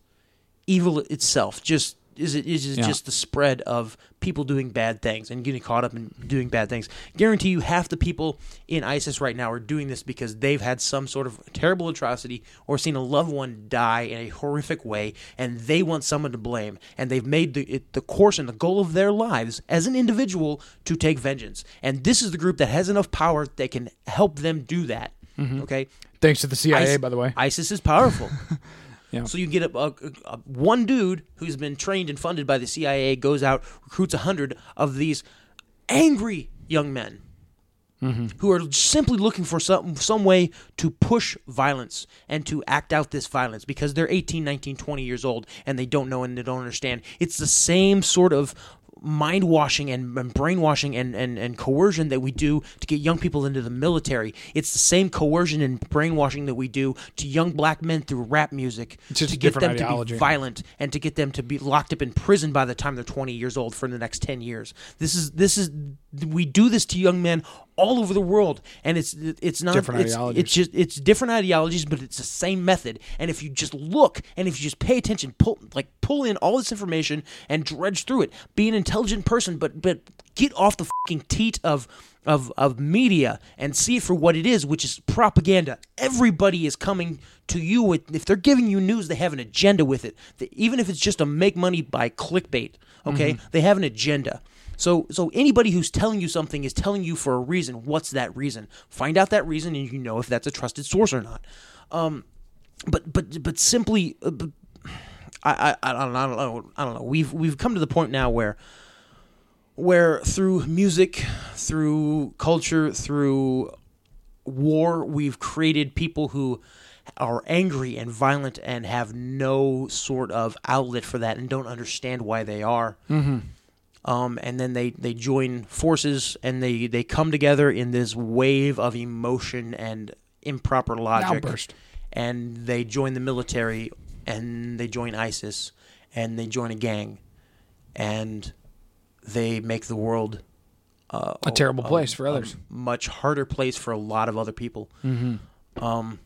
Speaker 1: evil itself just is it is it
Speaker 2: Yeah.
Speaker 1: just the spread of people doing bad things and getting caught up in doing bad things guarantee you half the people in isis right now are doing this because they've had some sort of terrible atrocity or seen a loved one die in a horrific way and they want someone to blame and they've made the it, the course and the goal of their lives as an individual to take vengeance and this is the group that has enough power that can help them do that okay
Speaker 2: thanks to the CIA,
Speaker 1: Ice-
Speaker 2: by the way.
Speaker 1: ISIS is powerful.
Speaker 2: Yeah.
Speaker 1: So you get a, a, a- one dude who's been trained and funded by the CIA goes out recruits a hundred of these angry young men who are simply looking for some some way to push violence and to act out this violence because they're 18, 19, 20 years old and they don't know and they don't understand. It's the same sort of mind washing and, and brainwashing and, and, and coercion that we do to get young people into the military. It's the same coercion and brainwashing that we do to young black men through rap music
Speaker 2: just
Speaker 1: to
Speaker 2: a
Speaker 1: get them
Speaker 2: different
Speaker 1: to
Speaker 2: ideology.
Speaker 1: be violent and to get them to be locked up in prison by the time they're 20 years old for the next 10 years. This is this is we do this to young men all over the world and it's it's not
Speaker 2: Different
Speaker 1: it's,
Speaker 2: ideologies.
Speaker 1: it's just it's different ideologies but it's the same method and if you just look and if you just pay attention pull like pull in all this information and dredge through it be an intelligent person but but get off the fucking teat of of of media and see it for what it is which is propaganda everybody is coming to you with if they're giving you news they have an agenda with it They- even if it's just to make money by clickbait okay they have an agenda so so anybody who's telling you something is telling you for a reason. What's that reason? Find out that reason, and you know if that's a trusted source or not. Um, but but but simply, uh, but- I, I I don't know, I don't know I don't know. We've we've come to the point now where where through music, through culture, through war, we've created people who are angry and violent and have no sort of outlet for that and don't understand why they are um, and then they, they join forces and they, they come together in this wave of emotion and improper logic.
Speaker 2: Outburst.
Speaker 1: And they join the military and they join ISIS and they join a gang and they make the world uh,
Speaker 2: A terrible place for others.
Speaker 1: much harder place for a lot of other people. Um,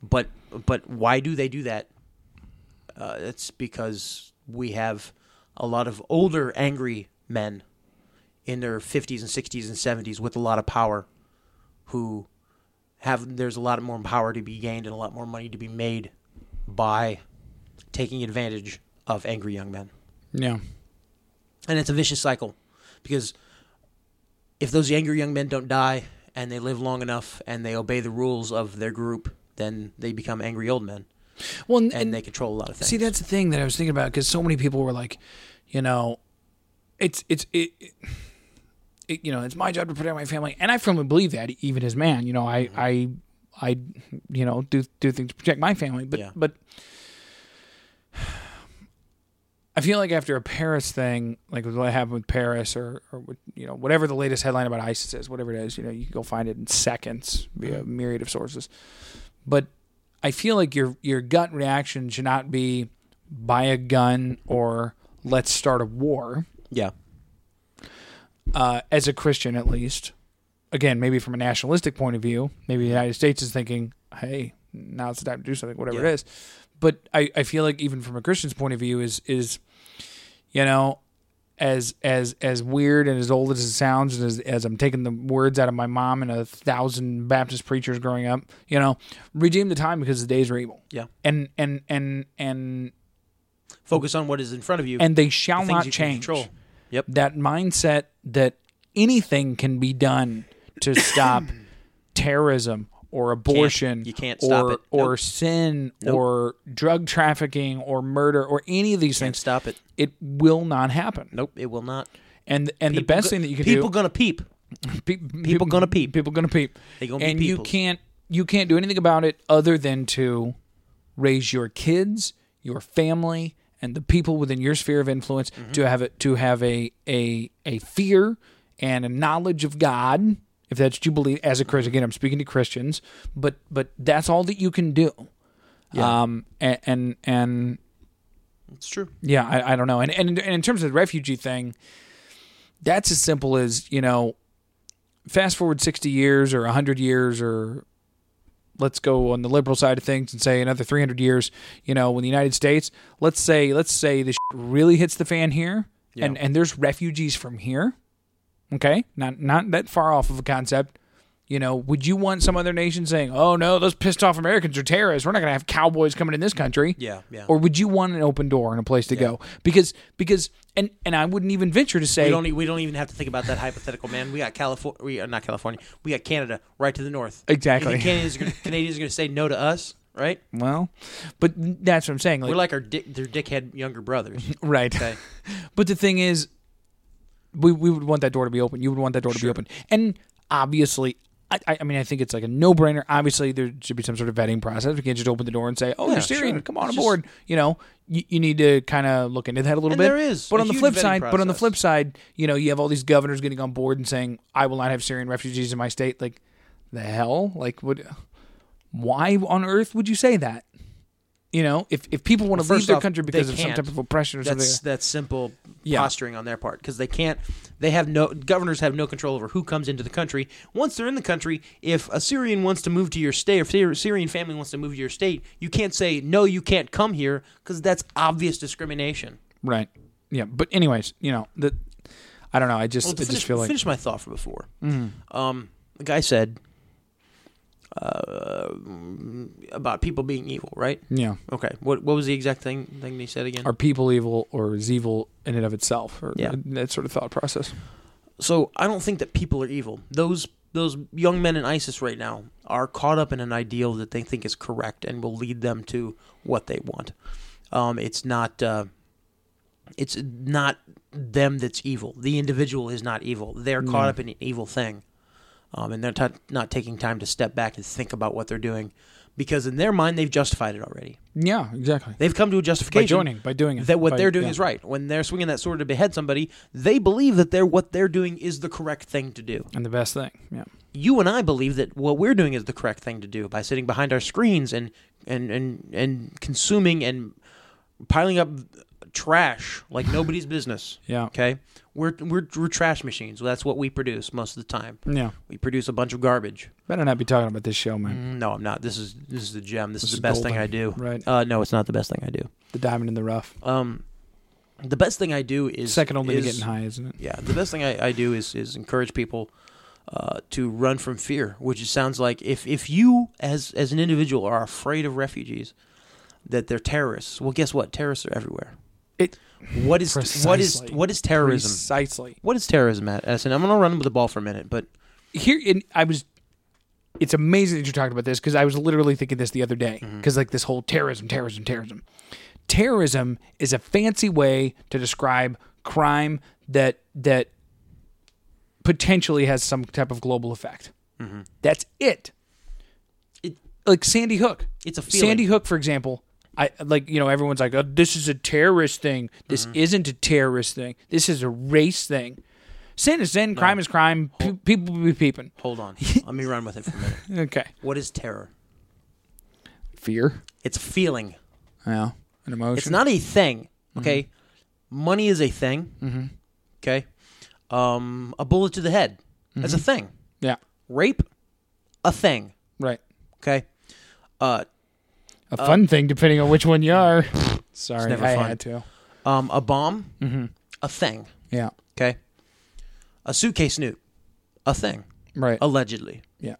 Speaker 1: but but why do they do that? Uh, it's because we have a lot of older angry men in their 50s and 60s and 70s with a lot of power who have there's a lot more power to be gained and a lot more money to be made by taking advantage of angry young men
Speaker 2: yeah,
Speaker 1: and it's a vicious cycle because if those younger young men don't die and they live long enough and they obey the rules of their group then they become angry old men
Speaker 2: well,
Speaker 1: and, they control a lot of things
Speaker 2: See, that's the thing that I was thinking about because so many people were like, you know, it's it's it, it- you know, it's my job to protect my family, and I firmly believe that. Even as man, you know, I,
Speaker 1: Mm-hmm.
Speaker 2: I, I, you know, do do things to protect my family, but
Speaker 1: Yeah.
Speaker 2: but I feel like after a Paris thing, like what happened with Paris, or or what- you know, whatever the latest headline about ISIS is, whatever it is, you know, you can go find it in seconds via a
Speaker 1: Mm-hmm.
Speaker 2: myriad of sources, but I feel like your your gut reaction should not be buy a gun or let's start a war
Speaker 1: Yeah.
Speaker 2: uh, as a Christian at least, again, maybe from a nationalistic point of view, maybe the United States is thinking, hey, now it's the time to do something, whatever
Speaker 1: Yeah.
Speaker 2: it is. But I, I feel like even from a Christian's point of view is is, you know, as as as weird and as old as it sounds, and as, as I'm taking the words out of my mom and a thousand Baptist preachers growing up, you know, redeem the time because the days are evil.
Speaker 1: Yeah.
Speaker 2: And and and and
Speaker 1: Focus on what is in front of you.
Speaker 2: and they shall
Speaker 1: the things
Speaker 2: not
Speaker 1: you can
Speaker 2: change
Speaker 1: Control. Yep.
Speaker 2: that mindset that anything can be done to stop terrorism or abortion
Speaker 1: you can't
Speaker 2: or
Speaker 1: stop it.
Speaker 2: or
Speaker 1: Nope.
Speaker 2: sin
Speaker 1: Nope.
Speaker 2: or drug trafficking or murder or any of these
Speaker 1: Can't
Speaker 2: things
Speaker 1: stop it.
Speaker 2: it will not happen
Speaker 1: Nope. It will not.
Speaker 2: and and the
Speaker 1: People
Speaker 2: best
Speaker 1: go-
Speaker 2: thing that you can
Speaker 1: people
Speaker 2: do
Speaker 1: gonna peep.
Speaker 2: pe-
Speaker 1: people gonna peep.
Speaker 2: people gonna peep
Speaker 1: They gonna be
Speaker 2: and you
Speaker 1: peoples.
Speaker 2: can't you can't do anything about it other than to raise your kids your family and the people within your sphere of influence
Speaker 1: Mm-hmm.
Speaker 2: to have it to have a a a fear and a knowledge of god if that's what you believe as a christian again i'm speaking to christians but but that's all that you can do um and and, and
Speaker 1: It's true.
Speaker 2: yeah, I, I don't know. And, and and in terms of the refugee thing, that's as simple as you know. Fast forward sixty years or hundred years, or let's go on the liberal side of things and say another three hundred years. You know, when the United States, let's say, let's say this shit really hits the fan here, and and there's refugees from here. Okay, not not that far off of a concept. You know, would you want some other nation saying, "Oh no, those pissed off Americans are terrorists. We're not going to have cowboys coming in this country."
Speaker 1: Yeah, yeah.
Speaker 2: Or would you want an open door and a place to go? Because because and and I wouldn't even venture to say
Speaker 1: We don't. e- We don't even have to think about that hypothetical, man. We got California. We are not California. We got Canada right to the north. You
Speaker 2: Exactly.
Speaker 1: think Canadians are, gonna- Canadians are going to say no to us, right?
Speaker 2: well, but that's what I'm saying. Like,
Speaker 1: We're like our dick, their dickhead younger brothers.
Speaker 2: right.
Speaker 1: Okay.
Speaker 2: but the thing is, we we would want that door to be open. You would want that door to be open, and obviously. I- I, I mean, I think it's like a no-brainer. Obviously, there should be some sort of vetting process. We can't just open the door and say, "Oh, you're Syrian,
Speaker 1: sure.
Speaker 2: come on
Speaker 1: It's just-
Speaker 2: aboard." you know, you, you need to kind of look into that a little
Speaker 1: And
Speaker 2: bit.
Speaker 1: there is
Speaker 2: but
Speaker 1: a
Speaker 2: on the
Speaker 1: huge
Speaker 2: flip
Speaker 1: vetting
Speaker 2: side, but on the
Speaker 1: process.
Speaker 2: flip side, you know, you have all these governors getting on board and saying, "I will not have Syrian refugees in my state." Like, the hell? Like, what? Why on earth would you say that? You know, if if people want to
Speaker 1: First
Speaker 2: leave their
Speaker 1: off,
Speaker 2: country
Speaker 1: they
Speaker 2: because of some
Speaker 1: can't.
Speaker 2: type of oppression or
Speaker 1: That's
Speaker 2: something,
Speaker 1: that's simple
Speaker 2: Yeah.
Speaker 1: posturing on their part because they can't. They have no governors have no control over who comes into the country. Once they're in the country, if a Syrian wants to move to your state, or if a Syrian family wants to move to your state, you can't say no. You can't come here because that's obvious discrimination.
Speaker 2: Right. Yeah. But anyways, you know, the I don't know. I just
Speaker 1: Well, to
Speaker 2: I
Speaker 1: finish,
Speaker 2: just feel like Mm-hmm.
Speaker 1: finish my thought from before. Um, the guy said uh, about people being evil, right?
Speaker 2: yeah,
Speaker 1: Okay. What what was the exact thing thing he said again?
Speaker 2: are people evil or is evil in and of itself or
Speaker 1: Yeah.
Speaker 2: that sort of thought process.
Speaker 1: so I don't think that people are evil. Those those young men in ISIS right now are caught up in an ideal that they think is correct and will lead them to what they want. Um, it's not uh, it's not them that's evil. The individual is not evil. They're caught up in an evil thing, um, and they're t- not taking time to step back and think about what they're doing, because in their mind they've justified it already.
Speaker 2: Yeah, exactly.
Speaker 1: They've come to a justification
Speaker 2: joining, by doing it,
Speaker 1: that what
Speaker 2: by-
Speaker 1: they're doing
Speaker 2: yeah.
Speaker 1: is right. When they're swinging that sword to behead somebody, they believe that they're what they're doing is the correct thing to do.
Speaker 2: And the best thing. Yeah.
Speaker 1: You and I believe that what we're doing is the correct thing to do by sitting behind our screens and and and and consuming and piling up trash like nobody's business.
Speaker 2: Yeah.
Speaker 1: Okay. We're we're we're trash machines. That's what we produce most of the time.
Speaker 2: Yeah.
Speaker 1: We produce a bunch of garbage.
Speaker 2: Better not be talking about this show, man.
Speaker 1: No, I'm not. This is this is the gem. This, is
Speaker 2: is
Speaker 1: the best thing
Speaker 2: golden.
Speaker 1: I do.
Speaker 2: Right.
Speaker 1: Uh, no, it's not the best thing I do.
Speaker 2: The diamond in the rough.
Speaker 1: Um, the best thing I do is
Speaker 2: Second only
Speaker 1: is-
Speaker 2: to getting high, isn't it?
Speaker 1: Yeah, the best thing I, I do is is encourage people uh, to run from fear, which it sounds like if if you as as an individual are afraid of refugees, that they're terrorists. Well, guess what? Terrorists are everywhere.
Speaker 2: It
Speaker 1: What is what is
Speaker 2: Precisely.
Speaker 1: what is terrorism?
Speaker 2: precisely.
Speaker 1: What is terrorism, Matt? Edison? I'm gonna run with the ball for a minute, but
Speaker 2: here in, I was it's amazing that you're talking about this because I was literally thinking this the other day because like this whole terrorism terrorism terrorism terrorism is a fancy way to describe crime that that potentially has some type of global effect. That's it.
Speaker 1: It-
Speaker 2: Like Sandy Hook.
Speaker 1: It's a feeling.
Speaker 2: Sandy Hook, for example. I like you know everyone's like, oh, this is a terrorist thing. This isn't a terrorist thing. This is a race thing. Sin is sin. Crime is crime. Pe- people be peeping.
Speaker 1: Hold on. Let me run with it for a minute.
Speaker 2: Okay.
Speaker 1: What is terror?
Speaker 2: Fear.
Speaker 1: It's a feeling.
Speaker 2: Yeah. An emotion.
Speaker 1: It's not a thing.
Speaker 2: Mm-hmm.
Speaker 1: Okay. Money is a thing. Mm-hmm. Okay. Um, a bullet to the head. That's
Speaker 2: Mm-hmm.
Speaker 1: a thing.
Speaker 2: Yeah.
Speaker 1: Rape, a thing.
Speaker 2: Right.
Speaker 1: Okay. Uh,
Speaker 2: A fun thing, depending on which one you are. Sorry,
Speaker 1: never
Speaker 2: I
Speaker 1: fun.
Speaker 2: had to.
Speaker 1: um, a bomb,
Speaker 2: Mm-hmm.
Speaker 1: a thing.
Speaker 2: Yeah.
Speaker 1: Okay. A suitcase nuke, a thing.
Speaker 2: Right.
Speaker 1: Allegedly.
Speaker 2: Yeah.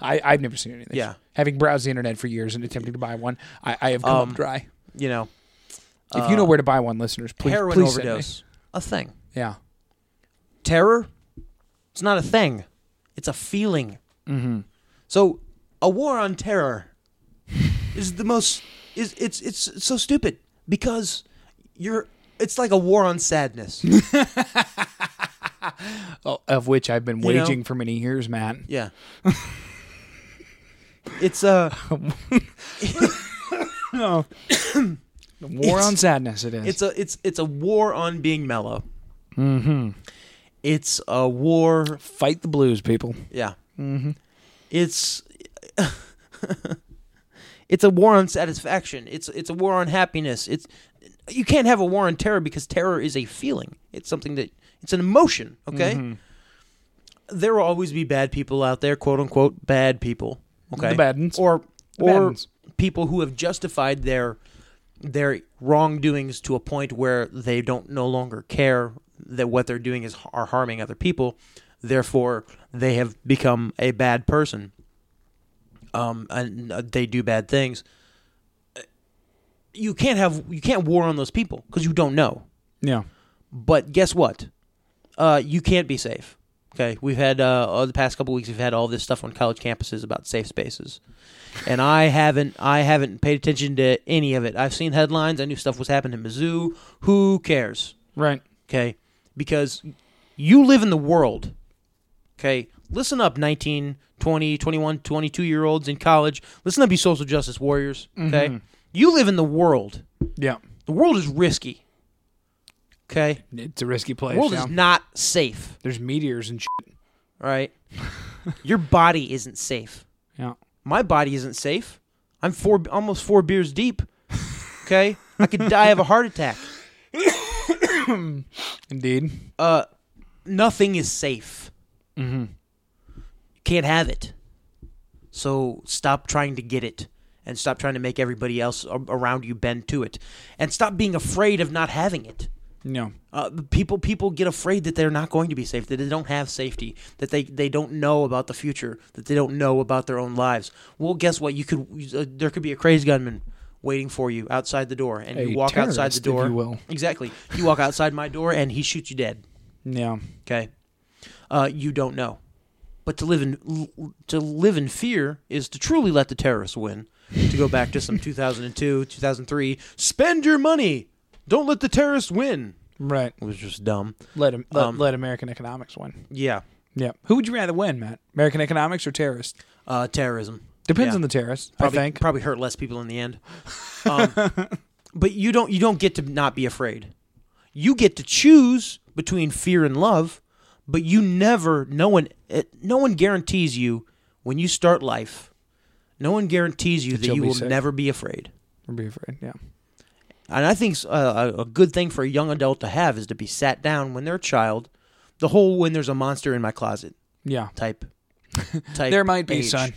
Speaker 2: I, I've never seen anything.
Speaker 1: Yeah.
Speaker 2: Having browsed the internet for years and attempting to buy one, I, I have come
Speaker 1: Um,
Speaker 2: up dry.
Speaker 1: You know,
Speaker 2: If you know where to buy one, listeners, please
Speaker 1: heroin
Speaker 2: please send me.
Speaker 1: overdose, a thing.
Speaker 2: Yeah.
Speaker 1: Terror, it's not a thing. It's a feeling. Mm-hmm. So, a war on terror is the most is it's it's so stupid because you're it's like a war on sadness.
Speaker 2: Oh, of which I've been
Speaker 1: You know-
Speaker 2: waging for many years, Matt.
Speaker 1: yeah. It's uh
Speaker 2: War on sadness, it is.
Speaker 1: it's a it's it's a war on being mellow. Mm-hmm. It's a war
Speaker 2: Fight the blues, people.
Speaker 1: Yeah. Mm-hmm. It's it's a war on satisfaction. It's it's a war on happiness. It's you can't have a war on terror because terror is a feeling. It's something that it's an emotion. Okay.
Speaker 2: Mm-hmm.
Speaker 1: There will always be bad people out there, quote unquote, bad people. Okay.
Speaker 2: The bad uns.
Speaker 1: or
Speaker 2: The bad
Speaker 1: or
Speaker 2: uns.
Speaker 1: people who have justified their their wrongdoings to a point where they don't no longer care that what they're doing is are harming other people. Therefore, they have become a bad person. Um, and uh, they do bad things. Uh, You can't have you can't war on those people because you don't know.
Speaker 2: Yeah.
Speaker 1: But guess what? Uh, you can't be safe. Okay, we've had uh, all the past couple weeks. We've had all this stuff on college campuses about safe spaces, and I haven't I haven't paid attention to any of it. I've seen headlines. I knew stuff was happening in Mizzou. Who cares?
Speaker 2: Right.
Speaker 1: Okay, because you live in the world. Okay, listen up, 19, 20, 21, 22 year olds in college. Listen up, you social justice warriors. Okay, you live in the world.
Speaker 2: Yeah.
Speaker 1: The world is risky. Okay,
Speaker 2: It's a risky
Speaker 1: the
Speaker 2: place.
Speaker 1: world
Speaker 2: yeah.
Speaker 1: is not safe.
Speaker 2: There's meteors and shit.
Speaker 1: All right. Your body isn't safe.
Speaker 2: Yeah.
Speaker 1: My body isn't safe. I'm four almost four beers deep. Okay? I could die of a heart attack.
Speaker 2: Indeed.
Speaker 1: Uh nothing is safe. Mm-hmm. You can't have it. So stop trying to get it and stop trying to make everybody else a- around you bend to it and stop being afraid of not having it.
Speaker 2: No.
Speaker 1: Uh, people people get afraid that they're not going to be safe, that they don't have safety, that they, they don't know about the future, that they don't know about their own lives. Well, guess what? You could uh, there could be a crazed gunman waiting for you outside the door, and
Speaker 2: A
Speaker 1: you walk outside
Speaker 2: terrorist,
Speaker 1: the
Speaker 2: if
Speaker 1: door.
Speaker 2: you will.
Speaker 1: Exactly. You walk outside my door, and he shoots you dead.
Speaker 2: Yeah.
Speaker 1: Okay, uh, you don't know, but to live in l- to live in fear is to truly let the terrorists win. to go back to some 2002, 2003, spend your money. Don't let the terrorists win.
Speaker 2: Right.
Speaker 1: It was just dumb.
Speaker 2: Let, him, let,
Speaker 1: Um,
Speaker 2: let American economics win.
Speaker 1: Yeah.
Speaker 2: Yeah. Who would you rather win, Matt? American economics or terrorists?
Speaker 1: Uh, terrorism.
Speaker 2: Depends
Speaker 1: Yeah.
Speaker 2: on the terrorist,
Speaker 1: probably,
Speaker 2: I think.
Speaker 1: Probably hurt less people in the end. Um, but you don't you don't get to not be afraid. You get to choose between fear and love, but you never no one it, no one guarantees you when you start life. No one guarantees you that
Speaker 2: you'll
Speaker 1: you
Speaker 2: be
Speaker 1: will
Speaker 2: safe.
Speaker 1: never be afraid.
Speaker 2: Or be afraid. Yeah.
Speaker 1: And I think uh, a a good thing for a young adult to have is to be sat down when they're a child, the whole when there's a monster in my closet
Speaker 2: Yeah.
Speaker 1: type. type
Speaker 2: There might be,
Speaker 1: age.
Speaker 2: son.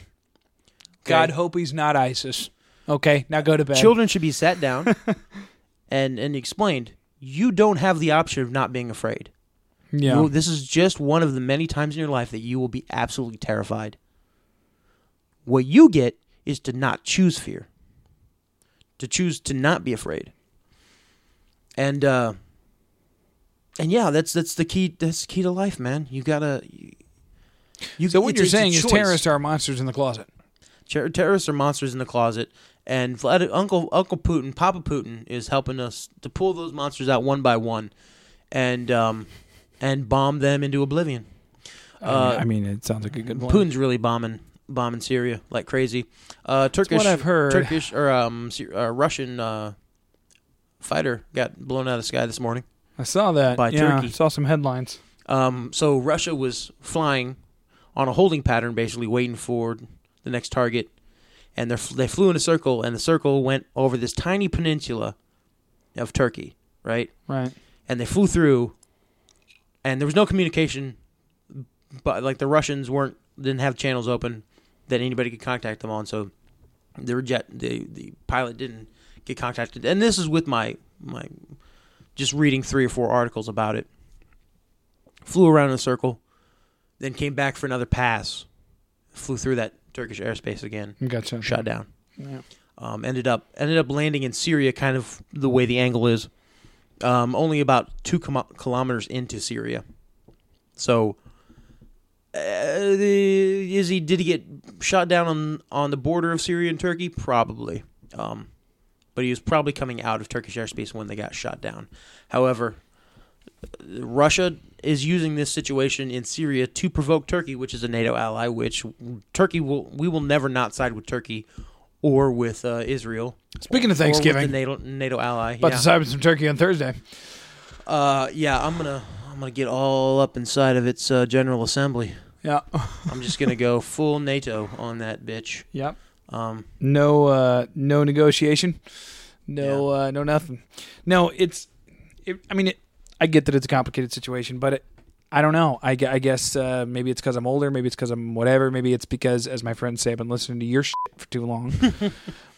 Speaker 2: God
Speaker 1: Okay.
Speaker 2: hope he's not ISIS. Okay, now go to bed.
Speaker 1: children should be sat down and and explained you don't have the option of not being afraid
Speaker 2: yeah.
Speaker 1: You- this is just one of the many times in your life that you will be absolutely terrified what you get is to not choose fear to choose to not be afraid and uh and yeah that's that's the key that's the key to life man you gotta you, you-
Speaker 2: so what
Speaker 1: it's-
Speaker 2: you're
Speaker 1: it's a
Speaker 2: saying is
Speaker 1: choice.
Speaker 2: terrorists are monsters in the closet.
Speaker 1: Ter- terrorists are monsters in the closet, and Vlad- Uncle Uncle Putin, Papa Putin, is helping us to pull those monsters out one by one, and um, and bomb them into oblivion.
Speaker 2: I,
Speaker 1: Uh,
Speaker 2: mean, I mean, it sounds like a good one.
Speaker 1: Putin's really bombing bombing Syria like crazy. Uh, Turkish,
Speaker 2: what I've heard.
Speaker 1: Turkish or um, Sy- uh, Russian uh, fighter got blown out of the sky this morning.
Speaker 2: I saw that.
Speaker 1: by
Speaker 2: yeah,
Speaker 1: Turkey.
Speaker 2: saw some headlines.
Speaker 1: Um, so Russia was flying on a holding pattern, basically waiting for the next target, and they they flew in a circle, and the circle went over this tiny peninsula of Turkey, right?
Speaker 2: Right.
Speaker 1: and they flew through and there was no communication but like the russians weren't didn't have channels open that anybody could contact them on so their jet the the pilot didn't get contacted and this is with my my just reading three or four articles about it flew around in a circle then came back for another pass flew through that turkish airspace again
Speaker 2: Gotcha.
Speaker 1: shot down
Speaker 2: Yeah.
Speaker 1: um, ended up ended up landing in Syria, kind of the way the angle is, um, only about two com- kilometers into Syria. So, uh, the, is he did he get shot down on on the border of Syria and Turkey? Probably, um, but he was probably coming out of Turkish airspace when they got shot down. However, Russia is using this situation in Syria to provoke Turkey, which is a NATO ally. Which Turkey will we will never not side with Turkey or with uh, Israel.
Speaker 2: Speaking of
Speaker 1: or with
Speaker 2: Thanksgiving,
Speaker 1: the NATO NATO ally.
Speaker 2: about
Speaker 1: yeah.
Speaker 2: to side with some turkey on Thursday.
Speaker 1: Uh, yeah, I'm gonna I'm gonna get all up inside of its uh, General Assembly.
Speaker 2: Yeah.
Speaker 1: I'm just gonna go full NATO on that bitch.
Speaker 2: yep.
Speaker 1: Um,
Speaker 2: No. Uh, no negotiation. No. Uh, no nothing. No. It's. It, I mean, it, I get that it's a complicated situation, but it, I don't know. I, gue- I guess uh, maybe it's because I'm older. Maybe it's because I'm whatever. Maybe it's because, as my friends say, I've been listening to your shit for too long.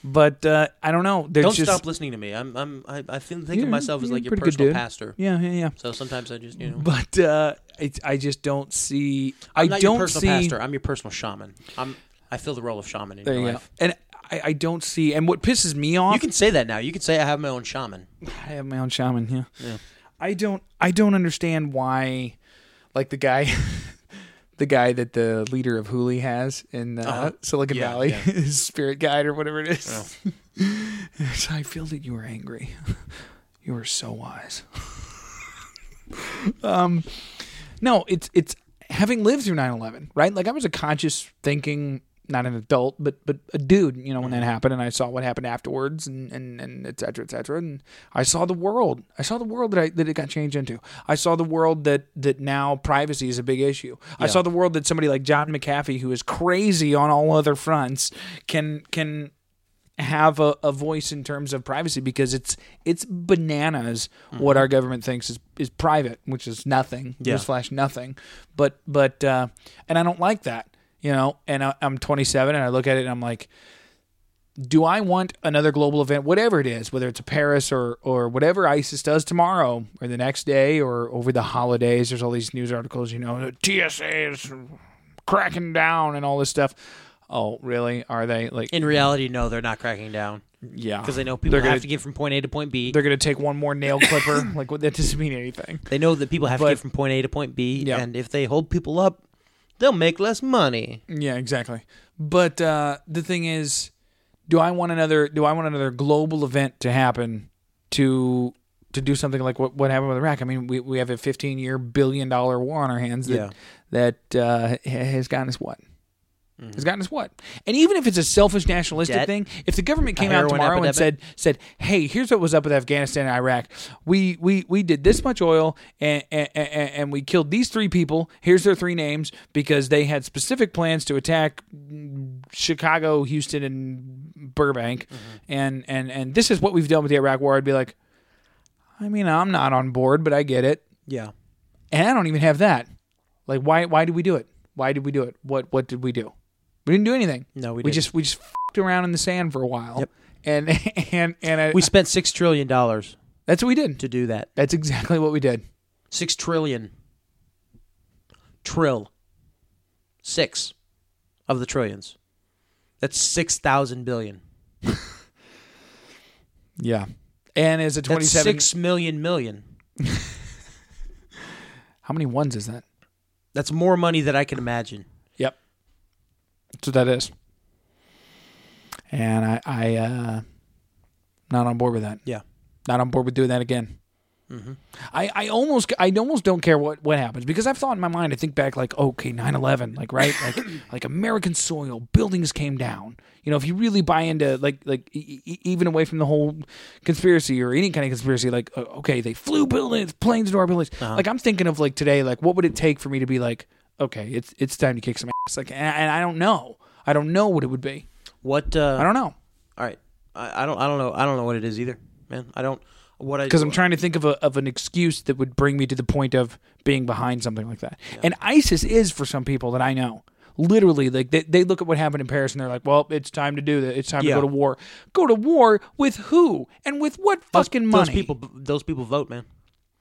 Speaker 2: but uh, I don't know. There's
Speaker 1: don't
Speaker 2: just,
Speaker 1: stop listening to me. I'm I'm I, I feel, think
Speaker 2: You're-
Speaker 1: of myself as
Speaker 2: you're
Speaker 1: like your
Speaker 2: pretty good
Speaker 1: personal
Speaker 2: dude.
Speaker 1: pastor.
Speaker 2: Yeah. Yeah. Yeah.
Speaker 1: So sometimes I just you know.
Speaker 2: But uh, it's, I just don't see.
Speaker 1: I'm
Speaker 2: I
Speaker 1: not
Speaker 2: don't
Speaker 1: your personal
Speaker 2: see.
Speaker 1: pastor. I'm your personal shaman. I'm I fill the role of shaman in
Speaker 2: There
Speaker 1: your
Speaker 2: you go.
Speaker 1: life.
Speaker 2: And I, I don't see. And what pisses me off,
Speaker 1: You can say that now. You can say I have my own shaman.
Speaker 2: I have my own shaman. Yeah.
Speaker 1: Yeah.
Speaker 2: I don't. I don't understand why, like the guy, the guy that the leader of Huli has in uh,
Speaker 1: Uh-huh.
Speaker 2: Silicon
Speaker 1: Yeah,
Speaker 2: Valley,
Speaker 1: yeah.
Speaker 2: his spirit guide or whatever it is. so I feel that you were angry. you were so wise. um, no, it's it's having lived through 9-11, right? Like I was a conscious thinking, not an adult, but but a dude, you know, when that happened, and I saw what happened afterwards, and and and et cetera, et cetera, and I saw the world. I saw the world that I that it got changed into. I saw the world that that now privacy is a big issue. I saw the world that somebody like John McAfee, who is crazy on all other fronts, can can have a, a voice in terms of privacy because it's it's bananas what our government thinks is, is private, which is nothing,
Speaker 1: Yeah.
Speaker 2: newsflash, nothing. But but uh, and I don't like that, you know. And I, I'm 27 and I look at it and I'm like, do I want another global event, whatever it is, whether it's a Paris or or whatever ISIS does tomorrow or the next day or over the holidays? There's all these news articles, you know, the TSA is cracking down and all this stuff. Oh, really? Are they like?
Speaker 1: In reality, no, they're not cracking down
Speaker 2: Yeah,
Speaker 1: because they know people
Speaker 2: They're
Speaker 1: have
Speaker 2: gonna-
Speaker 1: to get from point A to point B.
Speaker 2: they're gonna take one more nail clipper. like what, that doesn't mean anything.
Speaker 1: They know that people have
Speaker 2: But-
Speaker 1: to get from point A to point B,
Speaker 2: Yeah.
Speaker 1: and if they hold people up, they'll make less money.
Speaker 2: Yeah, exactly. But uh, the thing is, do I want another? Do I want another global event to happen to to do something like what what happened with Iraq? I mean, we we have a 15 year billion dollar war on our hands that that uh, ha- has gotten us what. Has gotten us what, and even if it's a selfish nationalistic
Speaker 1: Debt.
Speaker 2: thing, if the government came out
Speaker 1: heroin
Speaker 2: tomorrow and
Speaker 1: epidemic.
Speaker 2: said said, "Hey, here's what was up with Afghanistan and Iraq. We we we did this much oil and and, and and we killed these three people. Here's their three names because they had specific plans to attack Chicago, Houston, and Burbank,
Speaker 1: Mm-hmm.
Speaker 2: and and and this is what we've done with the Iraq War. I'd be like, I mean, I'm not on board, but I get it,
Speaker 1: Yeah,
Speaker 2: and I don't even have that. Like, why why did we do it? Why did we do it? What what did we do? We didn't do anything.
Speaker 1: No, we
Speaker 2: we
Speaker 1: didn't.
Speaker 2: just we just fed around in the sand for a while.
Speaker 1: Yep.
Speaker 2: And and and I,
Speaker 1: we spent six trillion dollars
Speaker 2: that's what we did.
Speaker 1: to do that.
Speaker 2: That's exactly what we did.
Speaker 1: Six trillion, trill, six of the trillions. That's six thousand billion.
Speaker 2: Yeah. And as a
Speaker 1: That's
Speaker 2: 27
Speaker 1: six million million.
Speaker 2: How many ones is that?
Speaker 1: That's more money than I can imagine.
Speaker 2: Yep. That's what that is. And I I uh not on board with that.
Speaker 1: Yeah.
Speaker 2: Not on board with doing that again. I, I almost I almost don't care what, what happens because I've thought in my mind I think back like okay 9/11 like right like like American soil buildings came down you know if you really buy into like like e- e- even away from the whole conspiracy or any kind of conspiracy like uh, okay they flew buildings planes into our buildings like I'm thinking of like today like what would it take for me to be like okay it's it's time to kick some ass like and, and I don't know I don't know what it would be
Speaker 1: What? Uh,
Speaker 2: I don't know
Speaker 1: All right. I, I don't. I don't know. I don't know what it is either, man. I don't. What I
Speaker 2: because I'm trying to think of a, of an excuse that would bring me to the point of being behind something like that. And ISIS is for some people that I know. Literally, like they, they look at what happened in Paris and they're like, "Well, it's time to do that. It's time
Speaker 1: Yeah.
Speaker 2: to go to war. Go to war with who and with what
Speaker 1: Those-
Speaker 2: fucking
Speaker 1: those
Speaker 2: money?"
Speaker 1: people. Those people vote, man.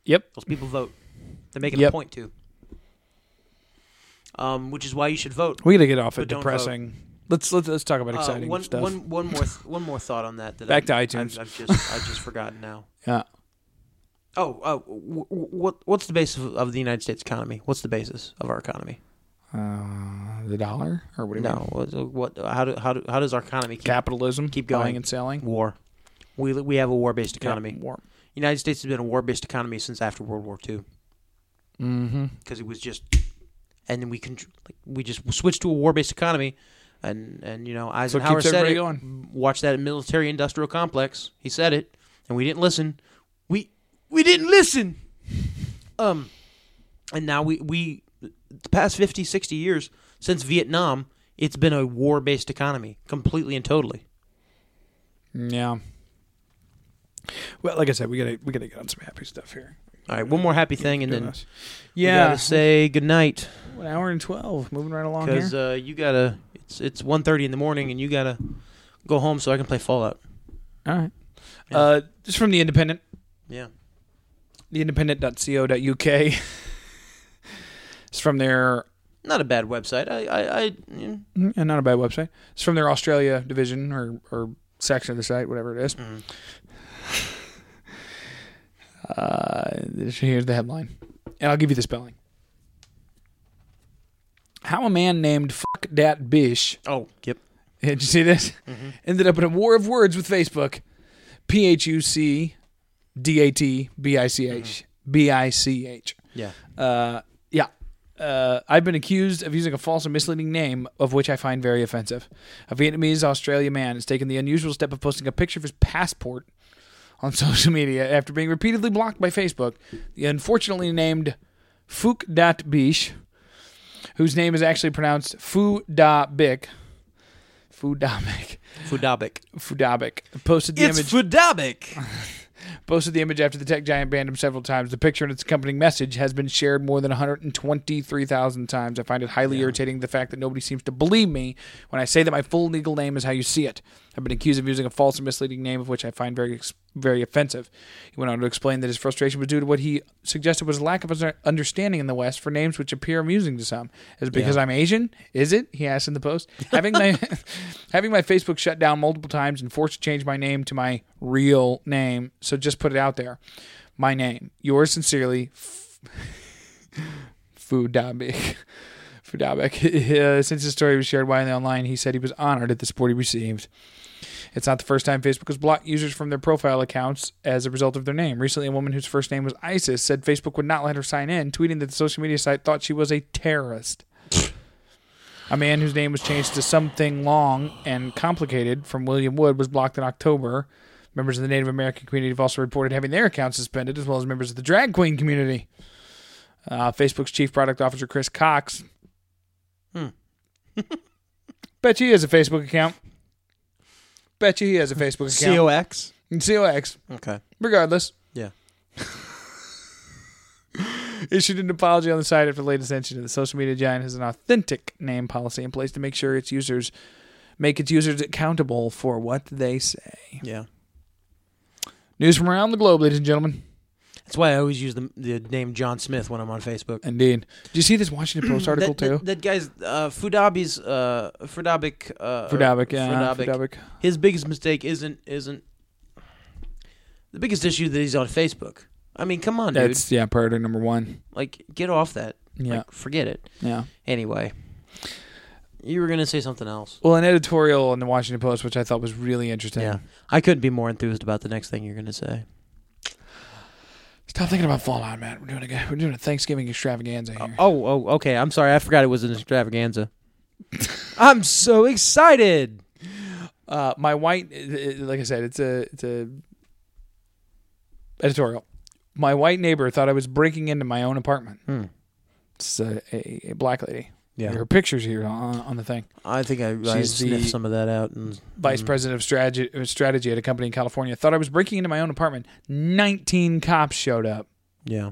Speaker 2: Yep.
Speaker 1: Those people vote. They make it a
Speaker 2: Yep.
Speaker 1: point to. Um, which is why you should vote.
Speaker 2: We gotta get off
Speaker 1: But
Speaker 2: at
Speaker 1: don't vote.
Speaker 2: depressing. Let's let's let's talk about
Speaker 1: Uh,
Speaker 2: exciting
Speaker 1: one,
Speaker 2: stuff.
Speaker 1: one- one more, th- one more thought on that. that
Speaker 2: Back
Speaker 1: I-
Speaker 2: to iTunes.
Speaker 1: I've, I've just, I've just forgotten now.
Speaker 2: yeah.
Speaker 1: Oh, oh w- w- what, what's the basis of, of the United States economy? What's the basis of our economy?
Speaker 2: Uh, the dollar or what do you mean?
Speaker 1: No, what, what how, do, how, do, how does our economy keep,
Speaker 2: Capitalism.
Speaker 1: keep going
Speaker 2: buying and selling.
Speaker 1: War. We, we have a war-based economy.
Speaker 2: Yeah, war.
Speaker 1: United States has been a war-based economy since after World War II. Mm-hmm. Because it was just, and then we contr- like, we just switched to a war-based economy, and and you know Eisenhower
Speaker 2: keeps
Speaker 1: said
Speaker 2: everybody
Speaker 1: it.
Speaker 2: going.
Speaker 1: Watch that military-industrial complex. He said it, and we didn't listen. We we didn't listen. Um, and now we we the past 50, 60 years since Vietnam, it's been a war-based economy completely and totally.
Speaker 2: Yeah. Well, like I said, we gotta we gotta get on some happy stuff here.
Speaker 1: All right, one more happy thing, and then yeah,
Speaker 2: Yeah,
Speaker 1: gotta say goodnight.
Speaker 2: An hour and twelve. Moving right along
Speaker 1: because
Speaker 2: here.
Speaker 1: uh, you gotta. It's it's one thirty in the morning, and you gotta go home so I can play Fallout.
Speaker 2: All right. Uh, just from the Independent,
Speaker 1: Yeah,
Speaker 2: theindependent.co.uk. it's from their
Speaker 1: not a bad website. I I, I mm,
Speaker 2: and not a bad website. It's from their Australia division or or section of the site, whatever it is. Uh, here's the headline, and I'll give you the spelling. How a man named Fuck Dat Bish
Speaker 1: oh yep.
Speaker 2: Did you see this? Ended up in a war of words with Facebook. P H U C D A T B I C H B I C H.
Speaker 1: Yeah,
Speaker 2: Uh, yeah. Uh, I've been accused of using a false and misleading name, of which I find very offensive. A Vietnamese Australian man has taken the unusual step of posting a picture of his passport on social media after being repeatedly blocked by Facebook. The unfortunately named Phuc Dat Bish, whose name is actually pronounced Phu Da Bic, Phu Da Bic,
Speaker 1: Fudabic.
Speaker 2: Phu Da Bic, posted the
Speaker 1: It's
Speaker 2: image
Speaker 1: Fudabic.
Speaker 2: posted the image after the tech giant banned him several times. The picture and its accompanying message has been shared more than 123,000 times. I find it highly irritating the fact that nobody seems to believe me when I say that my full legal name is how you see it. I've been accused of using a false and misleading name, of which I find very ex- very offensive. He went on to explain that his frustration was due to what he suggested was a lack of under- understanding in the West for names which appear amusing to some. Is it because I'm Asian? Is it? He asked in the post. Having my having my Facebook shut down multiple times and forced to change my name to my real name. So just put it out there. My name. Yours sincerely, Fudabic. Fudabic. Uh, since his story was shared widely online, he said he was honored at the support he received. It's not the first time Facebook has blocked users from their profile accounts as a result of their name. Recently, a woman whose first name was Isis said Facebook would not let her sign in, tweeting that the social media site thought she was a terrorist. a man whose name was changed to something long and complicated from William Wood was blocked in October. Members of the Native American community have also reported having their accounts suspended, as well as members of the drag queen community. Uh, Facebook's chief product officer, Chris Cox. Bet you he has a Facebook account. Bet you he has a Facebook
Speaker 1: C
Speaker 2: account.
Speaker 1: O X.
Speaker 2: COX.
Speaker 1: Okay.
Speaker 2: Regardless,
Speaker 1: Yeah.
Speaker 2: issued an apology on the site after the latest incident. The social media giant has an authentic name policy in place to make sure its users make its users accountable for what they say.
Speaker 1: Yeah.
Speaker 2: News from around the globe, ladies and gentlemen.
Speaker 1: That's why I always use the, the name John Smith when I'm on Facebook.
Speaker 2: Indeed. Did you see this Washington Post article
Speaker 1: that,
Speaker 2: too?
Speaker 1: That, that guy's uh, Fudabi's uh, Fudabic. Uh,
Speaker 2: Fudabic, yeah.
Speaker 1: Fudabic.
Speaker 2: Fudabic.
Speaker 1: his biggest mistake isn't isn't the biggest issue that he's on Facebook. I mean, come on, dude.
Speaker 2: That's yeah, priority number one.
Speaker 1: like, get off that.
Speaker 2: Yeah.
Speaker 1: Like, forget it.
Speaker 2: Yeah.
Speaker 1: Anyway, you were gonna say something else.
Speaker 2: Well, an editorial in the Washington Post, which I thought was really interesting.
Speaker 1: Yeah, I couldn't be more enthused about the next thing you're gonna say.
Speaker 2: It's Stop thinking about Fallout, Matt. We're doing a we're doing a Thanksgiving extravaganza here.
Speaker 1: Oh, oh, okay. I'm sorry. I forgot it was an extravaganza. I'm so excited.
Speaker 2: Uh, my white, it- it- like I said, it's a it's a editorial. My white neighbor thought I was breaking into my own apartment. It's a, a, a black lady.
Speaker 1: Hmm. Yeah.
Speaker 2: her pictures here on, on the thing.
Speaker 1: I think I, I
Speaker 2: She's the-
Speaker 1: sniffed some of that out. And
Speaker 2: Vice president of strategy, uh, strategy at a company in California thought I was breaking into my own apartment. Nineteen cops showed up.
Speaker 1: yeah,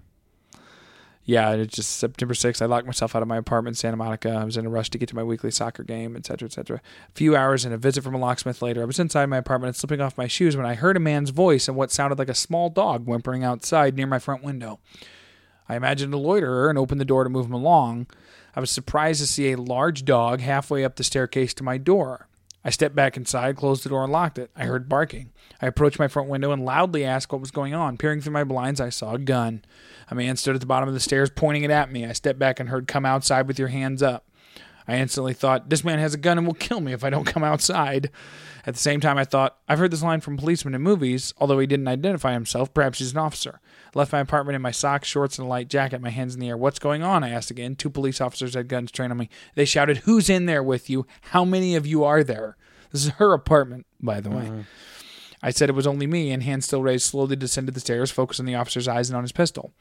Speaker 2: yeah, it's just September 6th. I locked myself out of my apartment in Santa Monica. I was in a rush to get to my weekly soccer game, et cetera, et cetera. A few hours and a visit from a locksmith later, I was inside my apartment and slipping off my shoes when I heard a man's voice and what sounded like a small dog whimpering outside near my front window. I imagined a loiterer and opened the door to move him along. I was surprised to see a large dog halfway up the staircase to my door. I stepped back inside, closed the door, and locked it. I heard barking. I approached my front window and loudly asked what was going on. Peering through my blinds, I saw a gun. A man stood at the bottom of the stairs pointing it at me. I stepped back and heard, Come outside with your hands up. I instantly thought, This man has a gun and will kill me if I don't come outside. At the same time, I thought, I've heard this line from policemen in movies, although he didn't identify himself. Perhaps he's an officer. I left my apartment in my socks, shorts, and a light jacket, my hands in the air. What's going on? I asked again. Two police officers had guns trained on me. They shouted, Who's in there with you? How many of you are there? This is her apartment, by the way. I said it was only me, and hand still raised, slowly descended the stairs, focused on the officer's eyes and on his pistol.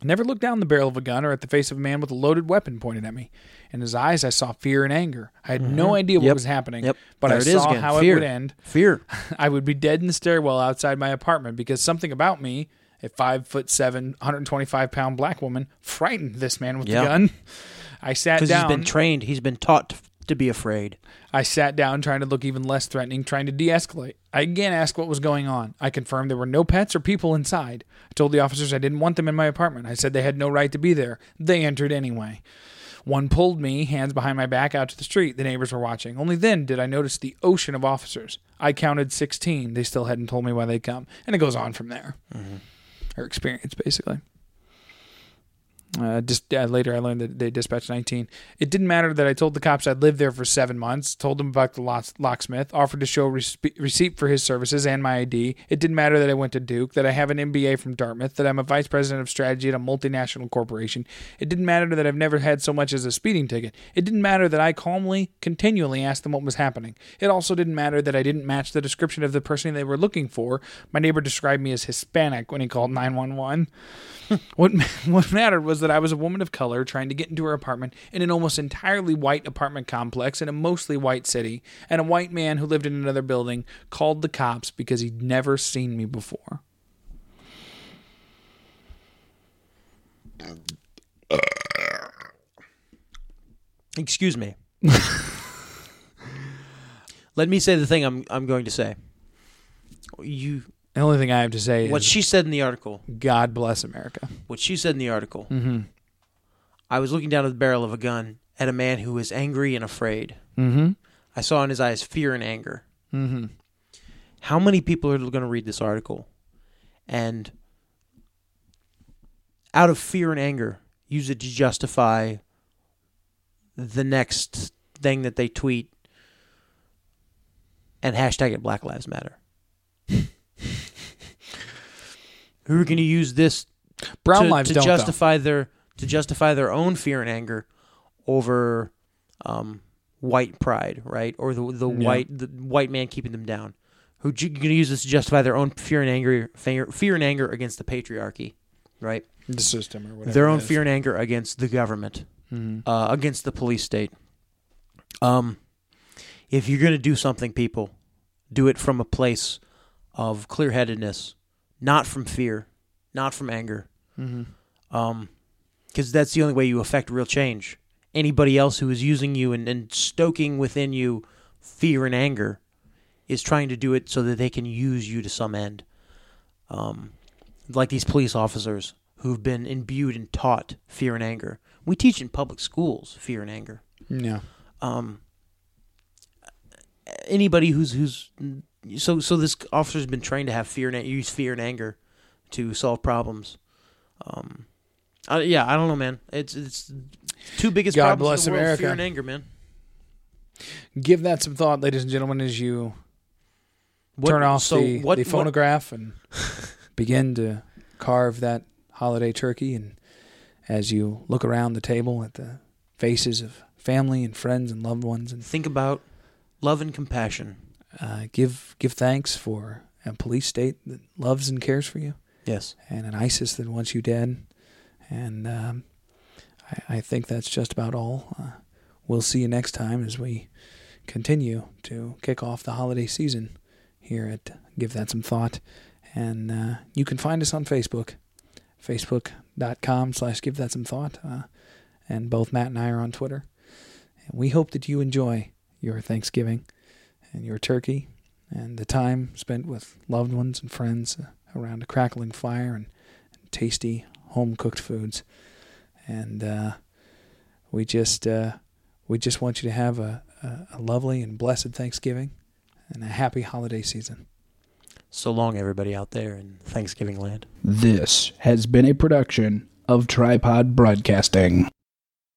Speaker 2: I never looked down the barrel of a gun or at the face of a man with a loaded weapon pointed at me. In his eyes, I saw fear and anger. I had no idea what
Speaker 1: Yep.
Speaker 2: was happening,
Speaker 1: Yep.
Speaker 2: but
Speaker 1: There
Speaker 2: I
Speaker 1: it is
Speaker 2: saw
Speaker 1: again.
Speaker 2: how
Speaker 1: Fear.
Speaker 2: it would end.
Speaker 1: fear.
Speaker 2: I would be dead in the stairwell outside my apartment because something about me, a five foot seven, 125 pound black woman, frightened this man with
Speaker 1: Yeah.
Speaker 2: the gun. I sat
Speaker 1: Because he's
Speaker 2: down.
Speaker 1: been trained. He's been taught to, to be afraid.
Speaker 2: I sat down, trying to look even less threatening, trying to de escalate. I again asked what was going on. I confirmed there were no pets or people inside. I told the officers I didn't want them in my apartment. I said they had no right to be there. They entered anyway. One pulled me, hands behind my back, out to the street. The neighbors were watching. Only then did I notice the ocean of officers. I counted 16. They still hadn't told me why they'd come. And it goes on from there. Her experience, basically. Uh, just uh, later, I learned that they dispatched 19. It didn't matter that I told the cops I'd lived there for seven months, told them about the locks- locksmith, offered to show a respe- receipt for his services and my ID. It didn't matter that I went to Duke, that I have an MBA from Dartmouth, that I'm a vice president of strategy at a multinational corporation. It didn't matter that I've never had so much as a speeding ticket. It didn't matter that I calmly, continually asked them what was happening. It also didn't matter that I didn't match the description of the person they were looking for. My neighbor described me as Hispanic when he called 911. What ma- what mattered was that I was a woman of color trying to get into her apartment in an almost entirely white apartment complex in a mostly white city, and a white man who lived in another building called the cops because he'd never seen me before.
Speaker 1: Excuse me. Let me say the thing I'm I'm going to say. You
Speaker 2: The only thing I have to say
Speaker 1: what
Speaker 2: is
Speaker 1: she said in the article.
Speaker 2: God bless America.
Speaker 1: What she said in the article. Mm-hmm. I was looking down at the barrel of a gun at a man who was angry and afraid. Mm-hmm. I saw in his eyes fear and anger. Mm-hmm. How many people are going to read this article, and out of fear and anger, use it to justify the next thing that they tweet and hashtag it Black Lives Matter. Who are going to use this
Speaker 2: Brown
Speaker 1: to,
Speaker 2: lives
Speaker 1: to
Speaker 2: don't though.
Speaker 1: justify their to justify their own fear and anger over um, white pride, right? Or the the white the white man keeping them down. Who ju- going to use this to justify their own fear and anger fear, fear and anger against the patriarchy, right?
Speaker 2: the system or whatever.
Speaker 1: their
Speaker 2: it
Speaker 1: own
Speaker 2: is. Mm-hmm.
Speaker 1: fear and anger against the government, uh, against the police state. Um, if you're going to do something, people, do it from a place of clear headedness, not from fear, not from anger.
Speaker 2: Mm-hmm.
Speaker 1: Because that's the only way you affect real change. Anybody else who is using you and, and stoking within you fear and anger is trying to do it so that they can use you to some end Um, like these police officers who've been imbued and taught fear and anger. We teach in public schools fear and anger.
Speaker 2: Yeah.
Speaker 1: Anybody who's who's so so this officer's been trained to have fear and use fear and anger to solve problems. Um, I, yeah, I don't know, man. It's it's two biggest
Speaker 2: God
Speaker 1: problems
Speaker 2: bless
Speaker 1: in the world:
Speaker 2: America.
Speaker 1: fear and anger, man.
Speaker 2: Give that some thought, ladies and gentlemen, as you
Speaker 1: What-
Speaker 2: turn off
Speaker 1: so
Speaker 2: the,
Speaker 1: what-
Speaker 2: the
Speaker 1: what-
Speaker 2: phonograph and begin to carve that holiday turkey and as you look around the table at the faces of family and friends and loved ones and
Speaker 1: Think about love and compassion.
Speaker 2: uh, give give thanks for a police state that loves and cares for you
Speaker 1: Yes.
Speaker 2: and an ISIS that wants you dead. And um, I, I think that's just about all. Uh, we'll see you next time as we continue to kick off the holiday season here at Give That Some Thought. And uh, you can find us on Facebook, facebook.com slash Give That Some Thought. Uh, and both Matt and I are on Twitter. And we hope that you enjoy your Thanksgiving and your turkey and the time spent with loved ones and friends uh, around a crackling fire and, and tasty home cooked foods. And uh, we just uh, we just want you to have a, a, a lovely and blessed Thanksgiving and a happy holiday season.
Speaker 1: So long, everybody out there in Thanksgiving land.
Speaker 6: This has been a production of Tripod Broadcasting.